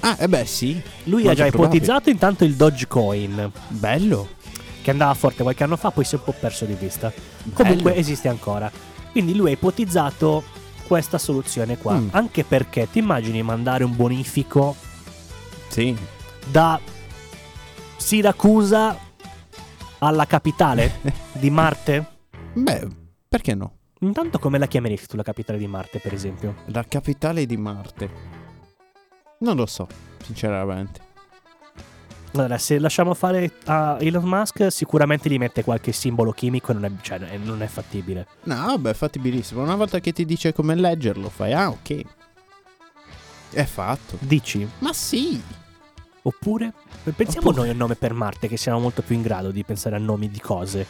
Speaker 4: Ah, eh beh sì.
Speaker 3: Lui
Speaker 4: Molto
Speaker 3: ha già
Speaker 4: probabile.
Speaker 3: ipotizzato intanto il Dogecoin,
Speaker 4: Bello.
Speaker 3: che andava forte qualche anno fa, poi si è un po' perso di vista. Comunque esiste ancora. Quindi lui ha ipotizzato questa soluzione qua.
Speaker 4: Mm.
Speaker 3: Anche perché ti immagini mandare un bonifico
Speaker 4: Sì.
Speaker 3: da Siracusa alla capitale di Marte?
Speaker 4: Beh, perché no?
Speaker 3: Intanto come la chiameresti tu la capitale di Marte, per esempio?
Speaker 4: La capitale di Marte. Non lo so, sinceramente.
Speaker 3: Allora, se lasciamo fare a Elon Musk, sicuramente gli mette qualche simbolo chimico e non è, cioè, eh, non è fattibile.
Speaker 4: No, vabbè, fattibilissimo. Una volta che ti dice come leggerlo, fai ah, ok. È fatto.
Speaker 3: Dici?
Speaker 4: Ma sì.
Speaker 3: Oppure? Pensiamo
Speaker 4: Oppure-
Speaker 3: noi a un nome per Marte, che siamo molto più in grado di pensare a nomi di cose.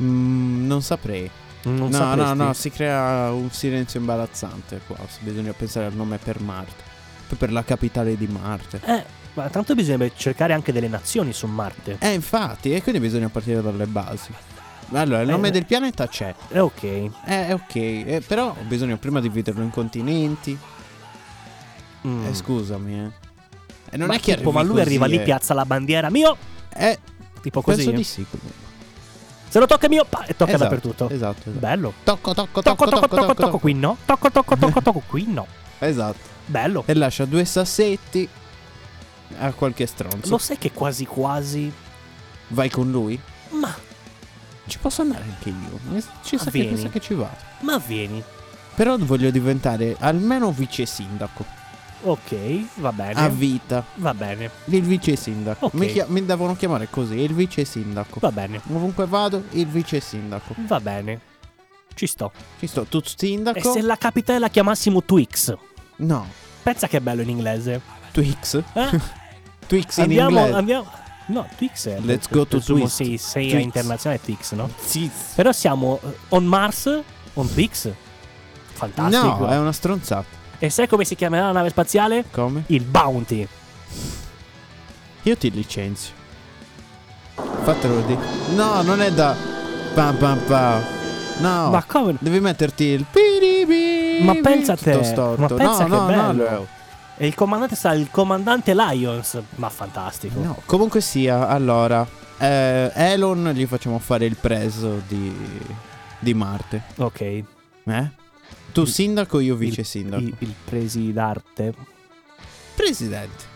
Speaker 4: Mm, non saprei.
Speaker 3: Non
Speaker 4: no, no,
Speaker 3: sapresti?
Speaker 4: no, si crea un silenzio imbarazzante qua. Bisogna pensare al nome per Marte. Poi per la capitale di Marte.
Speaker 3: Eh, ma tanto bisognerebbe cercare anche delle nazioni su Marte.
Speaker 4: Eh, infatti, e quindi bisogna partire dalle basi. Allora, il nome
Speaker 3: Eh.
Speaker 4: del pianeta c'è.
Speaker 3: Eh, ok.
Speaker 4: Eh, ok, eh, però bisogna prima dividerlo in continenti.
Speaker 3: Mm.
Speaker 4: Eh, scusami, eh. E non
Speaker 3: ma
Speaker 4: è che
Speaker 3: tipo,
Speaker 4: arrivi
Speaker 3: ma lui
Speaker 4: così,
Speaker 3: arriva lì,
Speaker 4: eh.
Speaker 3: piazza la bandiera, mio!
Speaker 4: Eh,
Speaker 3: Tipo così.
Speaker 4: penso di sì. comunque.
Speaker 3: Se lo tocca mio, pa- e tocca
Speaker 4: Esatto,
Speaker 3: dappertutto.
Speaker 4: Esatto, esatto.
Speaker 3: Bello.
Speaker 4: Tocco, tocco,
Speaker 3: Tocco, tocco, tocco, tocco, qui no. Tocco, tocco, tocco, tocco, qui no.
Speaker 4: Esatto.
Speaker 3: Bello.
Speaker 4: E lascia due sassetti a qualche stronzo.
Speaker 3: Lo sai che quasi quasi.
Speaker 4: Vai con lui?
Speaker 3: Ma,
Speaker 4: Ci posso andare anche io. Eh, Ci sa che,
Speaker 3: Ah, Vieni.
Speaker 4: mi sa che ci vado.
Speaker 3: ma vieni.
Speaker 4: Però voglio diventare almeno vice sindaco.
Speaker 3: Ok, va bene.
Speaker 4: A vita.
Speaker 3: va bene,
Speaker 4: Il vice sindaco.
Speaker 3: Ok.
Speaker 4: Mi, chia- mi devono chiamare così, il vice sindaco.
Speaker 3: va bene,
Speaker 4: Ovunque vado, il vice sindaco.
Speaker 3: va bene. Ci sto.
Speaker 4: Ci sto, tu
Speaker 3: E
Speaker 4: sindaco?
Speaker 3: se la capitale la chiamassimo Twix?
Speaker 4: No.
Speaker 3: Pensa che è bello in inglese.
Speaker 4: Twix.
Speaker 3: Eh?
Speaker 4: Twix in
Speaker 3: andiamo,
Speaker 4: inglese.
Speaker 3: andiamo. No, Twix è.
Speaker 4: Let's go to
Speaker 3: presumo
Speaker 4: Twist.
Speaker 3: Sei, sei
Speaker 4: Twix.
Speaker 3: internazionale Twix, no?
Speaker 4: Sì.
Speaker 3: Però siamo eh, on Mars, on Twix. Fantastico.
Speaker 4: No, è una stronzata.
Speaker 3: E sai come si chiamerà la nave spaziale?
Speaker 4: Come?
Speaker 3: Il Bounty.
Speaker 4: Io ti licenzio. Fatelo di. No, non è da. Pam pam pam. No.
Speaker 3: Ma come?
Speaker 4: Devi metterti il piribi.
Speaker 3: Ma pensa a te,
Speaker 4: Tutto storto.
Speaker 3: ma pensa che
Speaker 4: no, no,
Speaker 3: bello.
Speaker 4: no, Leo.
Speaker 3: E il comandante sarà il comandante Lions. Ma fantastico.
Speaker 4: No, comunque sia, allora. eh, Elon gli facciamo fare il preso di. di Marte.
Speaker 3: Ok.
Speaker 4: Eh? Tu sindaco, io vice
Speaker 3: il,
Speaker 4: sindaco.
Speaker 3: Il, il presi d'arte.
Speaker 4: Presidente.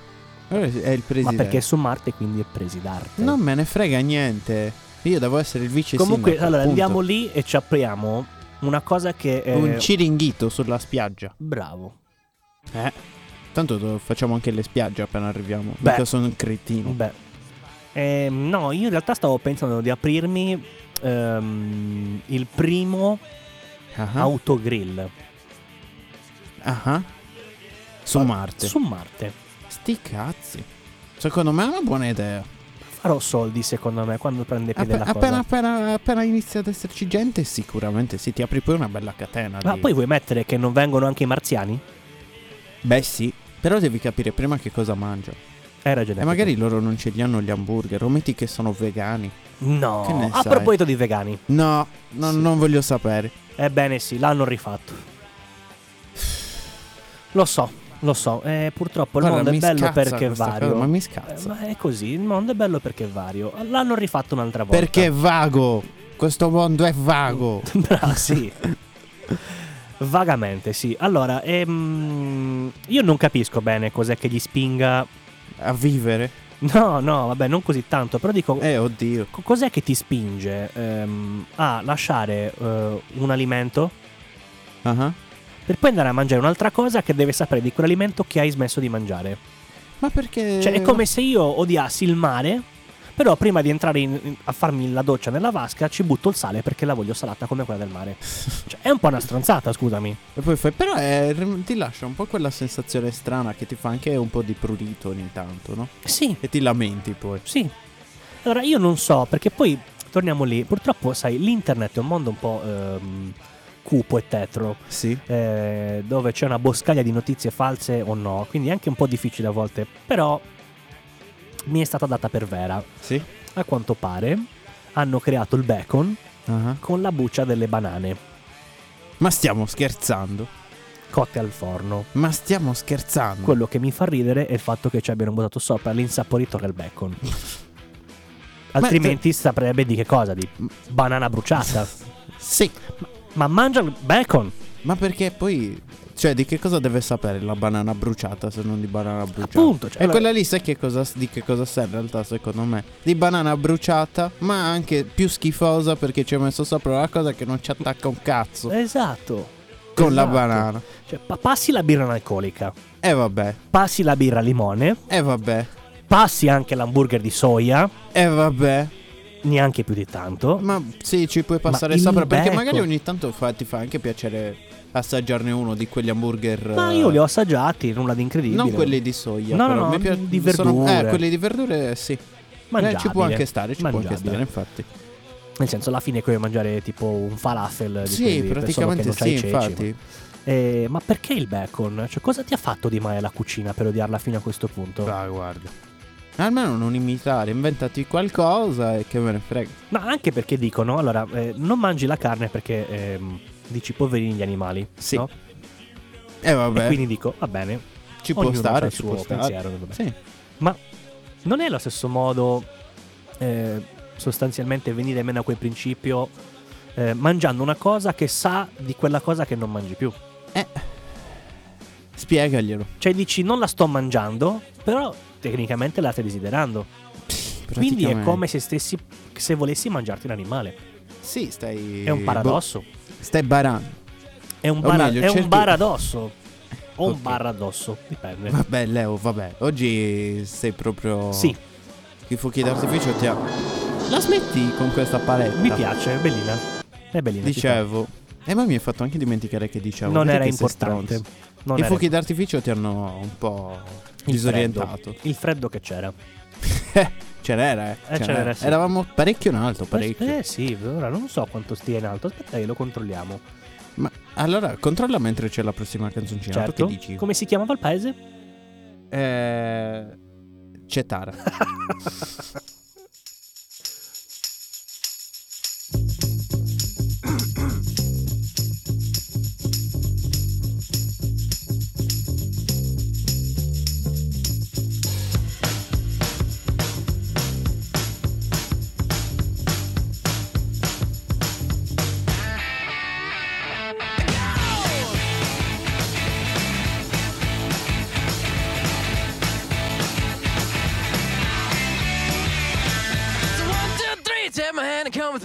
Speaker 4: Allora è il
Speaker 3: Ma
Speaker 4: presidente.
Speaker 3: perché è su Marte, quindi è presi d'arte.
Speaker 4: Non me ne frega niente. Io devo essere il vice
Speaker 3: Comunque,
Speaker 4: sindaco.
Speaker 3: allora
Speaker 4: punto.
Speaker 3: andiamo lì eh. e ci apriamo una cosa che è.
Speaker 4: Un ciringhito sulla spiaggia.
Speaker 3: Bravo.
Speaker 4: Eh. Tanto do- facciamo anche le spiagge appena arriviamo.
Speaker 3: Beh.
Speaker 4: Perché sono un cretino.
Speaker 3: Beh. Ehm, no, io in realtà stavo pensando di aprirmi ehm, il primo
Speaker 4: Ah,
Speaker 3: autogrill
Speaker 4: ah, ah. Su Marte.
Speaker 3: su Marte.
Speaker 4: Sti cazzi. Secondo me è una buona idea.
Speaker 3: Farò soldi, secondo me, quando prende piede
Speaker 4: Appe-
Speaker 3: la
Speaker 4: appena,
Speaker 3: cosa.
Speaker 4: appena- appena inizia ad esserci gente, sicuramente sì. Ti apri poi una bella catena.
Speaker 3: Ma
Speaker 4: di-
Speaker 3: poi vuoi mettere che non vengono anche i marziani?
Speaker 4: Beh, sì. Però devi capire prima che cosa mangia.
Speaker 3: Hai ragione.
Speaker 4: E Eh, magari loro non ce li hanno gli hamburger. O metti che sono vegani.
Speaker 3: No.
Speaker 4: Che ne
Speaker 3: A
Speaker 4: sai?
Speaker 3: proposito di vegani.
Speaker 4: No, no, non voglio sapere.
Speaker 3: Ebbene sì, l'hanno rifatto. Lo so, lo so. Eh, purtroppo il mondo
Speaker 4: Guarda,
Speaker 3: è
Speaker 4: mi
Speaker 3: bello
Speaker 4: scazza
Speaker 3: perché
Speaker 4: questa cosa,
Speaker 3: vario.
Speaker 4: ma mi
Speaker 3: Eh,
Speaker 4: scazza.
Speaker 3: ma è così, il mondo è bello perché è vario. L'hanno rifatto un'altra volta.
Speaker 4: Perché è vago. Questo mondo è vago.
Speaker 3: Bravo, sì. Vagamente, sì. Allora, ehm, io non capisco bene cos'è che gli spinga.
Speaker 4: A vivere.
Speaker 3: No, no, vabbè, non così tanto, però dico.
Speaker 4: Eh, oddio.
Speaker 3: co- Cos'è che ti spinge ehm, a lasciare eh, un alimento
Speaker 4: Ah ah.
Speaker 3: per poi andare a mangiare un'altra cosa che deve sapere di quell'alimento che hai smesso di mangiare?
Speaker 4: Ma perché...
Speaker 3: Cioè, è come se io odiassi il mare, però prima di entrare in- in- a farmi la doccia nella vasca ci butto il sale perché la voglio salata come quella del mare. Cioè, è un po' una stronzata, scusami.
Speaker 4: E poi fai... Però è- ti lascia un po' quella sensazione strana che ti fa anche un po' di prurito ogni tanto, no?
Speaker 3: Sì,
Speaker 4: E ti lamenti poi.
Speaker 3: Sì. Allora io non so, perché poi torniamo lì. Purtroppo, sai, l'internet è un mondo un po' ehm, cupo e tetro,
Speaker 4: Sì.
Speaker 3: eh, dove c'è una boscaglia di notizie false o no, quindi è anche un po' difficile a volte. Però mi è stata data per vera.
Speaker 4: Sì.
Speaker 3: A quanto pare hanno creato il bacon
Speaker 4: Ah ah.
Speaker 3: con la buccia delle banane
Speaker 4: Ma stiamo scherzando.
Speaker 3: cotte al forno.
Speaker 4: Ma stiamo scherzando.
Speaker 3: Quello che mi fa ridere è il fatto che ci abbiano buttato sopra l'insaporitore del bacon. Altrimenti saprebbe di che cosa? Di banana bruciata.
Speaker 4: Sì.
Speaker 3: Ma mangia il bacon.
Speaker 4: Ma perché poi... Cioè, di che cosa deve sapere la banana bruciata se non di banana bruciata?
Speaker 3: Appunto, cioè,
Speaker 4: e
Speaker 3: allora-
Speaker 4: quella lì sai che cosa, di che cosa sa in realtà secondo me? Di banana bruciata, ma anche più schifosa perché ci ho messo sopra una cosa che non ci attacca un cazzo
Speaker 3: Esatto.
Speaker 4: con la
Speaker 3: Esatto.
Speaker 4: banana.
Speaker 3: Cioè, pa- passi la birra alcolica,
Speaker 4: E vabbè,
Speaker 3: passi la birra al limone,
Speaker 4: e vabbè,
Speaker 3: passi anche l'hamburger di soia,
Speaker 4: e vabbè.
Speaker 3: neanche più di tanto.
Speaker 4: Ma sì, ci puoi passare
Speaker 3: il
Speaker 4: sopra perché
Speaker 3: becco-
Speaker 4: magari ogni tanto fa- ti fa anche piacere assaggiarne uno di quegli hamburger...
Speaker 3: Ma
Speaker 4: eh,
Speaker 3: io li ho assaggiati, nulla di incredibile.
Speaker 4: Non quelli di soia,
Speaker 3: No, no,
Speaker 4: però
Speaker 3: no,
Speaker 4: mi pia-
Speaker 3: di
Speaker 4: sono-
Speaker 3: verdure.
Speaker 4: eh, quelli di verdure sì. Eh,
Speaker 3: Mangiabile.
Speaker 4: ci può anche stare, ci può anche
Speaker 3: Mangiabile.
Speaker 4: stare, infatti.
Speaker 3: Eh, Nel senso, alla fine è come mangiare tipo un falafel. Di
Speaker 4: Sì,
Speaker 3: quelli,
Speaker 4: praticamente
Speaker 3: solo che non c'hai
Speaker 4: sì,
Speaker 3: i ceci,
Speaker 4: infatti.
Speaker 3: Ma... Eh, ma perché il bacon? Cioè, cosa ti ha fatto di male la cucina per odiarla fino a questo punto?
Speaker 4: Ah, guarda. Eh, Almeno non imitare, inventati qualcosa e che me ne frega.
Speaker 3: Ma anche perché dicono, allora, eh, non mangi la carne perché ehm, dici poverini gli animali.
Speaker 4: Sì.
Speaker 3: no?
Speaker 4: E Eh, vabbè,
Speaker 3: E quindi dico, va bene,
Speaker 4: ci può
Speaker 3: ognuno c'ha
Speaker 4: stare,
Speaker 3: il
Speaker 4: ci
Speaker 3: suo
Speaker 4: può stare.
Speaker 3: pensiero, vabbè.
Speaker 4: Sì.
Speaker 3: ma non è allo stesso modo eh, sostanzialmente venire meno a quel principio eh, mangiando una cosa che sa di quella cosa che non mangi più.
Speaker 4: Eh. Spiegaglielo.
Speaker 3: Cioè dici, non la sto mangiando, però tecnicamente la stai desiderando. Quindi è
Speaker 4: Praticamente.
Speaker 3: come se stessi, se volessi mangiarti un animale.
Speaker 4: Sì, stai...
Speaker 3: È un paradosso.
Speaker 4: boh, stai barando.
Speaker 3: È un,
Speaker 4: o
Speaker 3: bara-
Speaker 4: meglio,
Speaker 3: è un
Speaker 4: cerchi-
Speaker 3: baradosso. O
Speaker 4: Ok. boh.
Speaker 3: un baradosso, dipende.
Speaker 4: Vabbè, Leo, vabbè. Oggi sei proprio...
Speaker 3: Sì,
Speaker 4: I fuochi d'artificio ti ha... La smetti con questa paletta?
Speaker 3: mi piace, è bellina. È bellina. ci sta.
Speaker 4: Dicevo... Eh, ma mi hai fatto anche dimenticare che dicevo.
Speaker 3: non
Speaker 4: Vedi
Speaker 3: era
Speaker 4: che sei
Speaker 3: importante.
Speaker 4: stronzo.
Speaker 3: Non
Speaker 4: I
Speaker 3: era
Speaker 4: fuochi d'artificio ti hanno un po'
Speaker 3: il
Speaker 4: disorientato.
Speaker 3: freddo. Il freddo che c'era.
Speaker 4: Ce n'era, eh.
Speaker 3: Eh, ce n'era, sì.
Speaker 4: Eravamo parecchio in alto, parecchio.
Speaker 3: Eh sì, ora non so quanto stia in alto. Aspetta che lo controlliamo.
Speaker 4: Ma allora controlla mentre c'è la prossima canzoncina. tu
Speaker 3: certo.
Speaker 4: Che dici?
Speaker 3: Come si chiamava il paese?
Speaker 4: Eh, c'è Tara.
Speaker 7: So one, two, three, take my hand and come with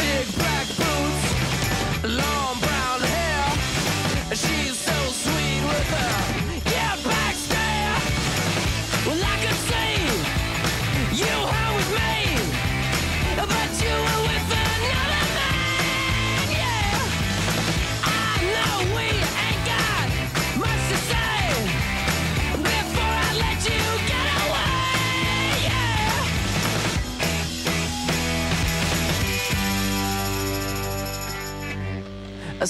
Speaker 7: Big black boots, long brown hair. She's so sweet with her. Yeah, back stare. Well, I could see you hung with me, but you were with another man. Yeah, I know we ain't got much to say before I let you get away. Yeah. I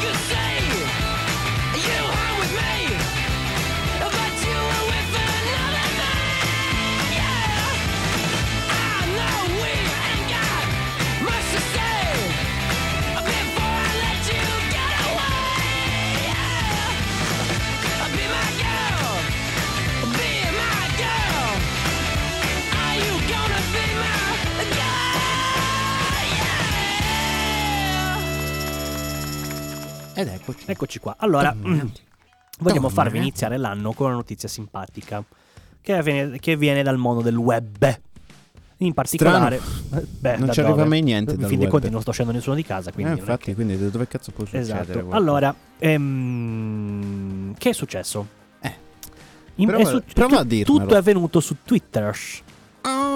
Speaker 7: could see you hung with me, but you were with another man. Yeah, I know we ain't got much to say before I let you get away. Yeah, be my girl, be my girl. Are you gonna be my girl? Yeah.
Speaker 4: Ed eccoci.
Speaker 3: Eccoci qua. Allora, vogliamo farvi iniziare l'anno con una notizia simpatica che viene, che viene dal mondo del web. In particolare, Eh, beh,
Speaker 4: Non
Speaker 3: da
Speaker 4: ci
Speaker 3: dove?
Speaker 4: arriva mai niente
Speaker 3: In
Speaker 4: dal
Speaker 3: fin dei
Speaker 4: web.
Speaker 3: conti, non sto scendendo nessuno di casa,
Speaker 4: Eh,
Speaker 3: quindi. non è
Speaker 4: infatti, quindi da dove cazzo può
Speaker 3: che-
Speaker 4: succedere?
Speaker 3: Esatto.
Speaker 4: guarda?
Speaker 3: Allora, ehm, che è successo? In-
Speaker 4: Eh. prova-
Speaker 3: è suc-
Speaker 4: prova a
Speaker 3: tu-
Speaker 4: dirmelo.
Speaker 3: Tutto è avvenuto su Twitter.
Speaker 4: Oh,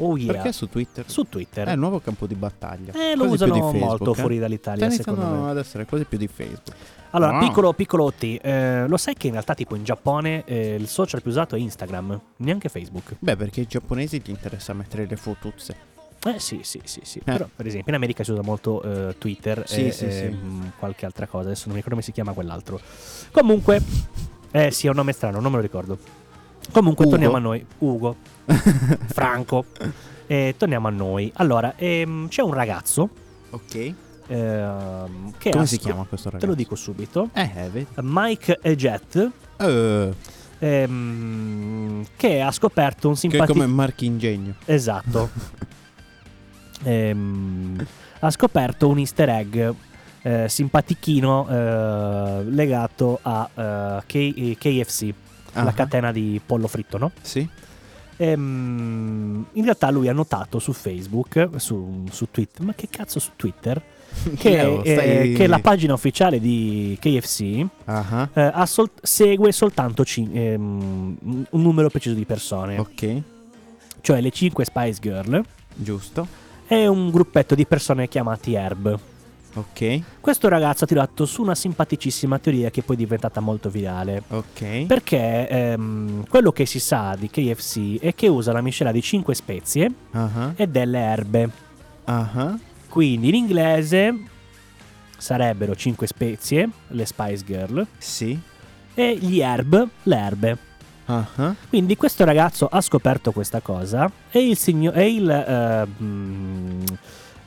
Speaker 3: Oh, yeah.
Speaker 4: Perché su Twitter?
Speaker 3: Su Twitter.
Speaker 4: È il Eh, nuovo campo di battaglia.
Speaker 3: Eh, lo
Speaker 4: Quasi più
Speaker 3: usano
Speaker 4: di Facebook,
Speaker 3: molto
Speaker 4: eh.
Speaker 3: fuori
Speaker 4: Sta
Speaker 3: dall'Italia, secondo me.
Speaker 4: iniziando ad essere quasi più di Facebook.
Speaker 3: Allora,
Speaker 4: Wow.
Speaker 3: piccolo, piccolo T, eh, lo sai che in realtà tipo in Giappone eh, il social più usato è Instagram, neanche Facebook.
Speaker 4: Beh, perché ai giapponesi ti interessa mettere le fotuzze.
Speaker 3: Eh sì, sì, sì, sì. Però per esempio in America si usa molto eh, Twitter
Speaker 4: Sì,
Speaker 3: e
Speaker 4: sì,
Speaker 3: eh,
Speaker 4: sì.
Speaker 3: mh, qualche altra cosa, adesso non mi ricordo come si chiama quell'altro. Comunque, eh sì, è un nome strano, non me lo ricordo. Comunque
Speaker 4: Ugo.
Speaker 3: torniamo a noi, Ugo, Franco, Eh, torniamo a noi. Allora, ehm, c'è un ragazzo
Speaker 4: Ok.
Speaker 3: ehm, che...
Speaker 4: Come
Speaker 3: ha
Speaker 4: si
Speaker 3: scop-
Speaker 4: chiama questo ragazzo?
Speaker 3: Te lo dico subito.
Speaker 4: Eh, eh, vedi.
Speaker 3: Mike Ejet,
Speaker 4: Eh,
Speaker 3: ehm, che ha scoperto un
Speaker 4: Che è
Speaker 3: simpatico...
Speaker 4: come Marchi Ingegno.
Speaker 3: Esatto. Ehm, ha scoperto un easter egg eh, simpatichino eh, legato a eh, K- KFC, la
Speaker 4: Ah.
Speaker 3: catena di pollo fritto, no?
Speaker 4: Sì?
Speaker 3: Ehm, in realtà lui ha notato su Facebook, su, su Twitter, ma che cazzo su Twitter? Che,
Speaker 4: Leo,
Speaker 3: eh,
Speaker 4: stai-
Speaker 3: che la pagina ufficiale di KFC
Speaker 4: Ah, ah,
Speaker 3: eh, ha sol- segue soltanto cin- ehm, un numero preciso di persone,
Speaker 4: Ok,
Speaker 3: cioè le 5 Spice Girl
Speaker 4: giusto.
Speaker 3: e un gruppetto di persone chiamati Herb.
Speaker 4: Ok,
Speaker 3: Questo ragazzo ha tirato su una simpaticissima teoria che poi è diventata molto virale.
Speaker 4: ok.
Speaker 3: Perché ehm, quello che si sa di KFC è che usa la miscela di 5 spezie
Speaker 4: Ah, ah,
Speaker 3: e delle erbe.
Speaker 4: ah, ah,
Speaker 3: Quindi in inglese sarebbero 5 spezie, le Spice Girl,
Speaker 4: Sì.
Speaker 3: e gli herb, le erbe.
Speaker 4: Ah, ah,
Speaker 3: Quindi questo ragazzo ha scoperto questa cosa e il, signo- e il, eh, mm,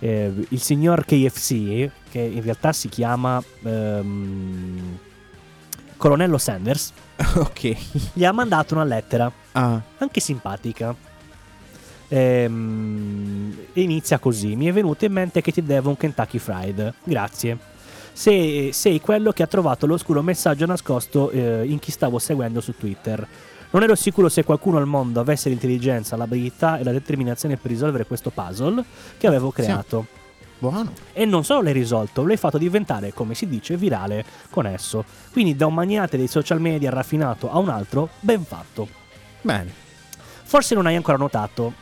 Speaker 3: eh, il signor KFC, che in realtà si chiama ehm, Colonnello Sanders,
Speaker 4: Ok.
Speaker 3: gli ha mandato una lettera,
Speaker 4: Ah,
Speaker 3: anche simpatica. Ehm, inizia così, mi è venuto in mente che ti devo un Kentucky Fried, grazie. Se- sei quello che ha trovato l'oscuro messaggio nascosto eh, in chi stavo seguendo su Twitter. Non ero sicuro se qualcuno al mondo avesse l'intelligenza, l'abilità e la determinazione per risolvere questo puzzle che avevo creato.
Speaker 4: buono.
Speaker 3: E non solo l'hai risolto, l'hai fatto diventare, come si dice, virale con esso. Quindi da un magnate dei social media raffinato a un altro, ben fatto.
Speaker 4: Bene.
Speaker 3: Forse non hai ancora notato,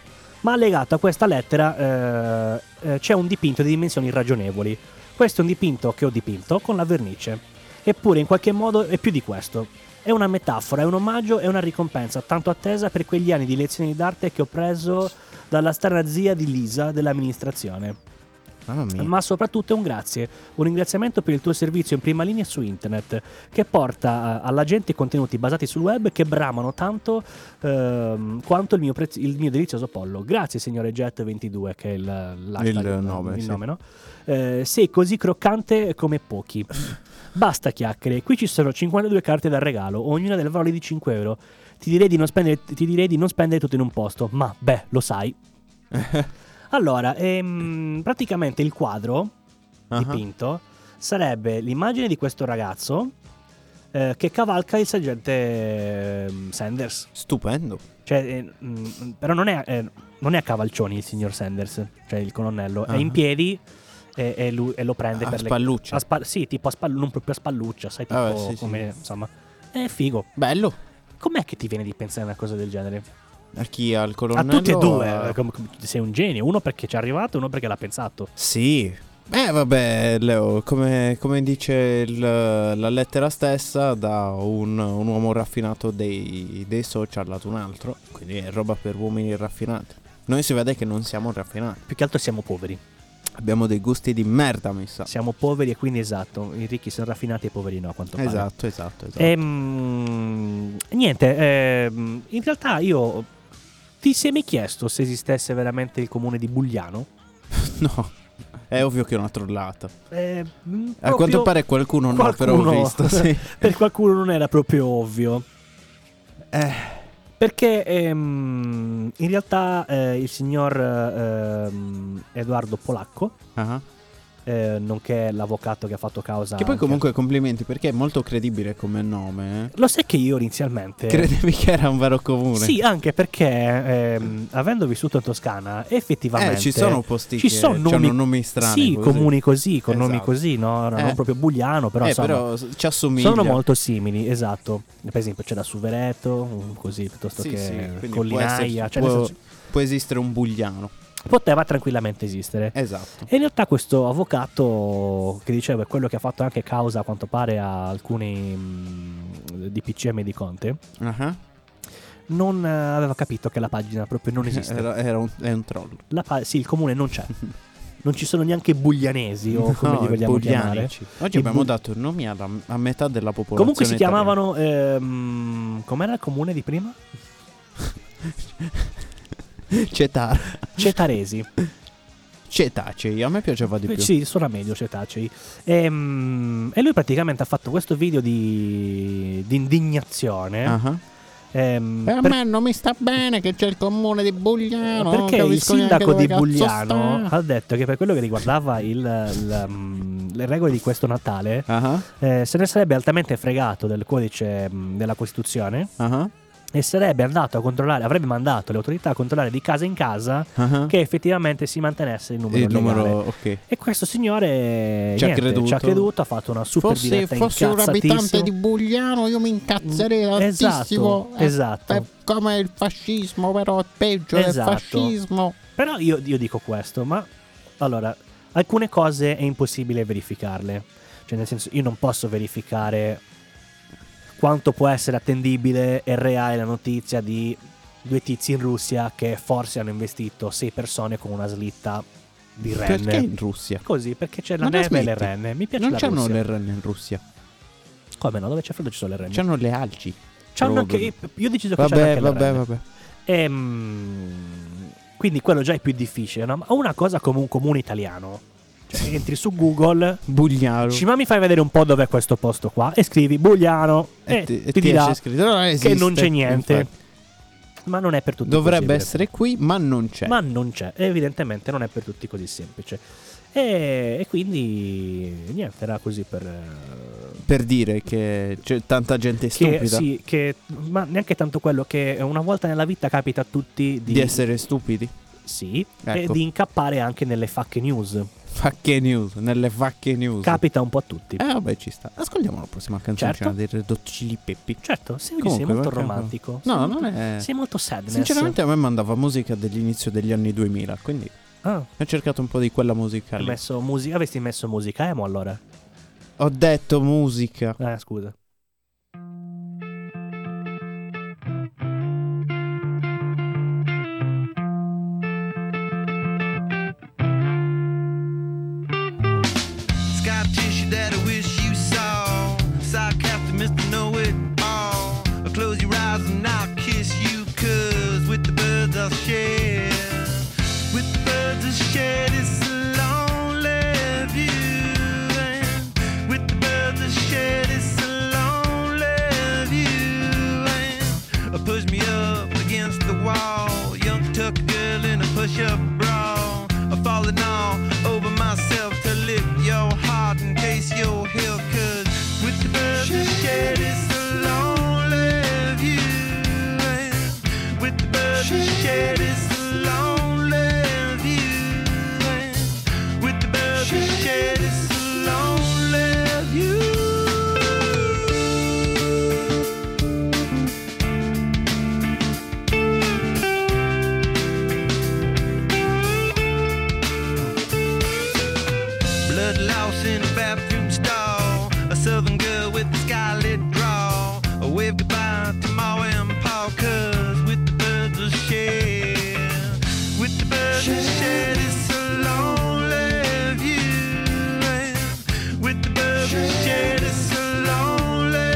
Speaker 3: ma legato a questa lettera eh, eh, c'è un dipinto di dimensioni irragionevoli. Questo è un dipinto che ho dipinto con la vernice. Eppure in qualche modo è più di questo. È una metafora, è un omaggio e una ricompensa tanto attesa per quegli anni di lezioni d'arte che ho preso dalla strana zia di Lisa dell'amministrazione.
Speaker 4: Mamma mia.
Speaker 3: Ma soprattutto è un grazie, un ringraziamento per il tuo servizio in prima linea su internet, che porta eh, alla gente contenuti basati sul web che bramano tanto ehm, quanto il mio, prez- il mio delizioso pollo. Grazie signore Jet22, che è il, l'hashtag,
Speaker 4: Il nome,
Speaker 3: il
Speaker 4: sì.
Speaker 3: nome, no? Eh, sei così croccante come pochi. Basta chiacchiere, qui ci sono 52 carte da regalo, ognuna del valore di 5 euro. Ti direi di non spendere, ti direi di non spendere tutto in un posto, ma beh, lo sai. Allora, ehm, praticamente il quadro
Speaker 4: Ah, ah,
Speaker 3: dipinto sarebbe l'immagine di questo ragazzo eh, che cavalca il sergente ehm, Sanders.
Speaker 4: Stupendo.
Speaker 3: Cioè, eh, mm, però non è, eh, non è a cavalcioni il signor Sanders, cioè il colonnello, è
Speaker 4: Ah.
Speaker 3: in piedi e, e lui- e lo prende
Speaker 4: A
Speaker 3: per le
Speaker 4: Ah,
Speaker 3: Ah,
Speaker 4: spalluccia.
Speaker 3: a spa- sì, tipo a spalluccia, non proprio a spalluccia, sai, tipo
Speaker 4: Ah, beh, sì, sì.
Speaker 3: come insomma. È figo.
Speaker 4: Bello.
Speaker 3: Com'è che ti viene di pensare a una cosa del genere?
Speaker 4: A chi al
Speaker 3: a
Speaker 4: colonnello?
Speaker 3: tutti e due. eh,
Speaker 4: a-
Speaker 3: com- com- sei un genio, uno perché ci è arrivato, uno perché l'ha pensato.
Speaker 4: Sì. Eh vabbè Leo, come, come dice il- la lettera stessa, da un, un uomo raffinato dei, dei social ad un altro, quindi è roba per uomini raffinati. Noi si vede che non siamo raffinati,
Speaker 3: Più che altro siamo poveri.
Speaker 4: abbiamo dei gusti di merda mi sa.
Speaker 3: Siamo poveri e quindi esatto, i ricchi sono raffinati e i poveri no, a quanto pare.
Speaker 4: Esatto, esatto, esatto.
Speaker 3: Ehm, niente, ehm, in realtà io ti sei mai chiesto se esistesse veramente il comune di Bugliano?
Speaker 4: No, è ovvio che è una trollata.
Speaker 3: Eh, mh,
Speaker 4: A quanto
Speaker 3: proprio
Speaker 4: pare qualcuno, no, però
Speaker 3: qualcuno-
Speaker 4: ho visto, sì.
Speaker 3: per qualcuno non era proprio ovvio.
Speaker 4: Eh,
Speaker 3: Perché ehm, in realtà eh, il signor ehm, Edoardo Polacco,
Speaker 4: ah.
Speaker 3: eh, nonché l'avvocato che ha fatto causa...
Speaker 4: Che poi
Speaker 3: anche-
Speaker 4: comunque complimenti perché è molto credibile come nome. eh.
Speaker 3: Lo sai che io inizialmente...
Speaker 4: Credevi che era un vero comune? Eh,
Speaker 3: Sì, anche perché ehm, avendo vissuto in Toscana, effettivamente
Speaker 4: Eh, ci sono posti
Speaker 3: ci
Speaker 4: che
Speaker 3: sono nomi-
Speaker 4: hanno nomi strani.
Speaker 3: Sì,
Speaker 4: così.
Speaker 3: comuni così, con nomi
Speaker 4: Esatto.
Speaker 3: così, no? No,
Speaker 4: Eh.
Speaker 3: non proprio Bugliano, però
Speaker 4: eh,
Speaker 3: insomma,
Speaker 4: però s- ci assomiglia.
Speaker 3: sono molto simili, esatto. Per esempio c'è la Suvereto, un così, piuttosto
Speaker 4: Sì,
Speaker 3: che
Speaker 4: sì, quindi può
Speaker 3: Collinaia,
Speaker 4: esserci-
Speaker 3: cioè, nel
Speaker 4: può,
Speaker 3: senso,
Speaker 4: può esistere un bugliano.
Speaker 3: poteva tranquillamente esistere.
Speaker 4: Esatto.
Speaker 3: E in realtà questo avvocato, che dicevo è quello che ha fatto anche causa, a quanto pare, a alcuni mh, DPCM di Conte,
Speaker 4: Ah,
Speaker 3: non eh, aveva capito che la pagina proprio non esiste.
Speaker 4: Eh, Era, era un, è un troll.
Speaker 3: La pa- sì, il comune non c'è. Non ci sono neanche buglianesi o come li
Speaker 4: No, i
Speaker 3: vogliamo chiamare.
Speaker 4: buglianici. Oggi
Speaker 3: I
Speaker 4: abbiamo
Speaker 3: bu-
Speaker 4: dato nomi alla, a metà della popolazione.
Speaker 3: Comunque si
Speaker 4: italiana.
Speaker 3: chiamavano. ehm, com'era il comune di prima?
Speaker 4: Cetara.
Speaker 3: Cetaresi.
Speaker 4: Cetacei, a me piaceva di più.
Speaker 3: Eh, sì, suona meglio Cetacei. Ehm, E, lui praticamente ha fatto questo video di, di indignazione.
Speaker 4: Ah, ah.
Speaker 3: Ehm,
Speaker 4: Eh, A
Speaker 3: per-
Speaker 4: me non mi sta bene che c'è il comune di Bugliano. non
Speaker 3: perché il
Speaker 4: capisco neanche
Speaker 3: sindaco
Speaker 4: dove
Speaker 3: di
Speaker 4: cazzo
Speaker 3: Bugliano
Speaker 4: sta.
Speaker 3: ha detto che per quello che riguardava il- il, mm, le regole di questo Natale,
Speaker 4: Ah,
Speaker 3: eh, se ne sarebbe altamente fregato del codice mm, della Costituzione
Speaker 4: ah,
Speaker 3: e sarebbe andato a controllare, avrebbe mandato le autorità a controllare di casa in casa
Speaker 4: ah.
Speaker 3: che effettivamente si mantenesse il numero
Speaker 4: Il
Speaker 3: legale.
Speaker 4: numero, ok.
Speaker 3: E questo signore
Speaker 4: Ci ha
Speaker 3: niente,
Speaker 4: creduto.
Speaker 3: ci ha creduto, ha fatto una super
Speaker 4: Fosse,
Speaker 3: diretta
Speaker 4: fosse un abitante
Speaker 3: incazzatissima.
Speaker 4: di Bugliano, io mi incazzerei
Speaker 3: Esatto,
Speaker 4: tantissimo. È-
Speaker 3: esatto.
Speaker 4: È come il fascismo, però è peggio del
Speaker 3: Esatto.
Speaker 4: fascismo.
Speaker 3: Però io, io dico questo, ma allora, alcune cose è impossibile verificarle. Cioè, nel senso, io non posso verificare quanto può essere attendibile e reale la notizia di due tizi in Russia che forse hanno investito sei persone con una slitta di renne.
Speaker 4: Perché in Russia?
Speaker 3: Così, perché c'è la
Speaker 4: Ma la
Speaker 3: neve e le
Speaker 4: smetti?
Speaker 3: renne. Mi piace
Speaker 4: Non
Speaker 3: la
Speaker 4: c'hanno
Speaker 3: Russia.
Speaker 4: le renne in Russia,
Speaker 3: Come no? Dove c'è freddo ci sono le renne.
Speaker 4: c'hanno le alci.
Speaker 3: C'hanno anche...
Speaker 4: Rogan.
Speaker 3: Io ho deciso che c'hanno
Speaker 4: Vabbè,
Speaker 3: anche le
Speaker 4: vabbè,
Speaker 3: renne.
Speaker 4: vabbè.
Speaker 3: Ehm, quindi quello già è più difficile, no? Ma una cosa come un comune italiano. Cioè, entri su Google,
Speaker 4: Bugliano.
Speaker 3: dici, ma mi fai vedere un po' dov'è questo posto qua, e scrivi Bugliano, e,
Speaker 4: E ti- e
Speaker 3: ti
Speaker 4: ti
Speaker 3: dirà
Speaker 4: esce scritto, "No, non
Speaker 3: che
Speaker 4: esiste",
Speaker 3: non c'è niente.
Speaker 4: infatti.
Speaker 3: Ma non è per tutti
Speaker 4: Dovrebbe
Speaker 3: possibile.
Speaker 4: essere qui, ma non c'è.
Speaker 3: Ma non c'è, evidentemente non è per tutti così semplice. E, e quindi niente, era così per... eh,
Speaker 4: Per dire che c'è tanta gente
Speaker 3: Che,
Speaker 4: stupida.
Speaker 3: sì, che, ma neanche tanto quello che una volta nella vita capita a tutti di,
Speaker 4: Di essere stupidi.
Speaker 3: Sì, e
Speaker 4: Ecco.
Speaker 3: di incappare anche nelle facche news.
Speaker 4: Facche news, nelle facche news.
Speaker 3: Capita un po' a tutti.
Speaker 4: eh vabbè ci sta. Ascoltiamo la prossima
Speaker 3: Certo.
Speaker 4: canzoncina dei Red Hot Chili Peppi.
Speaker 3: Certo, sei, sei
Speaker 4: Comunque,
Speaker 3: molto
Speaker 4: guarda-
Speaker 3: romantico.
Speaker 4: No,
Speaker 3: sei
Speaker 4: non
Speaker 3: molto,
Speaker 4: è-
Speaker 3: Sei molto sadness.
Speaker 4: Sinceramente a me mandava musica dell'inizio degli anni 2000, quindi
Speaker 3: Ah,
Speaker 4: ho cercato un po' di quella
Speaker 3: hai
Speaker 4: musicale.
Speaker 3: messo musica- avresti messo musica emo allora?
Speaker 4: Ho detto musica.
Speaker 3: Eh, scusa.
Speaker 6: Sky tissue that I wish you saw. Sarcastic Mr. Know It All. I'll close your eyes and I'll kiss you, cause with the birds I'll share. With the birds I'll share this lonely view. And with the birds I'll share this lonely view. And uh, push me up against the wall. Young tuck girl in a push up bra. I'm falling all over myself to lift your heart in case you're here. 'Cause with the birds I share this lonely view. And with the birds I share this lonely view. And with the birds I share this lonely view. Blood loss in a bathroom stall. A southern girl with a scarlet draw. A wave goodbye to Ma and Pa, 'cause with the birds of share. With the birds of share, it's a lonely view. And With the birds of share, it's a lonely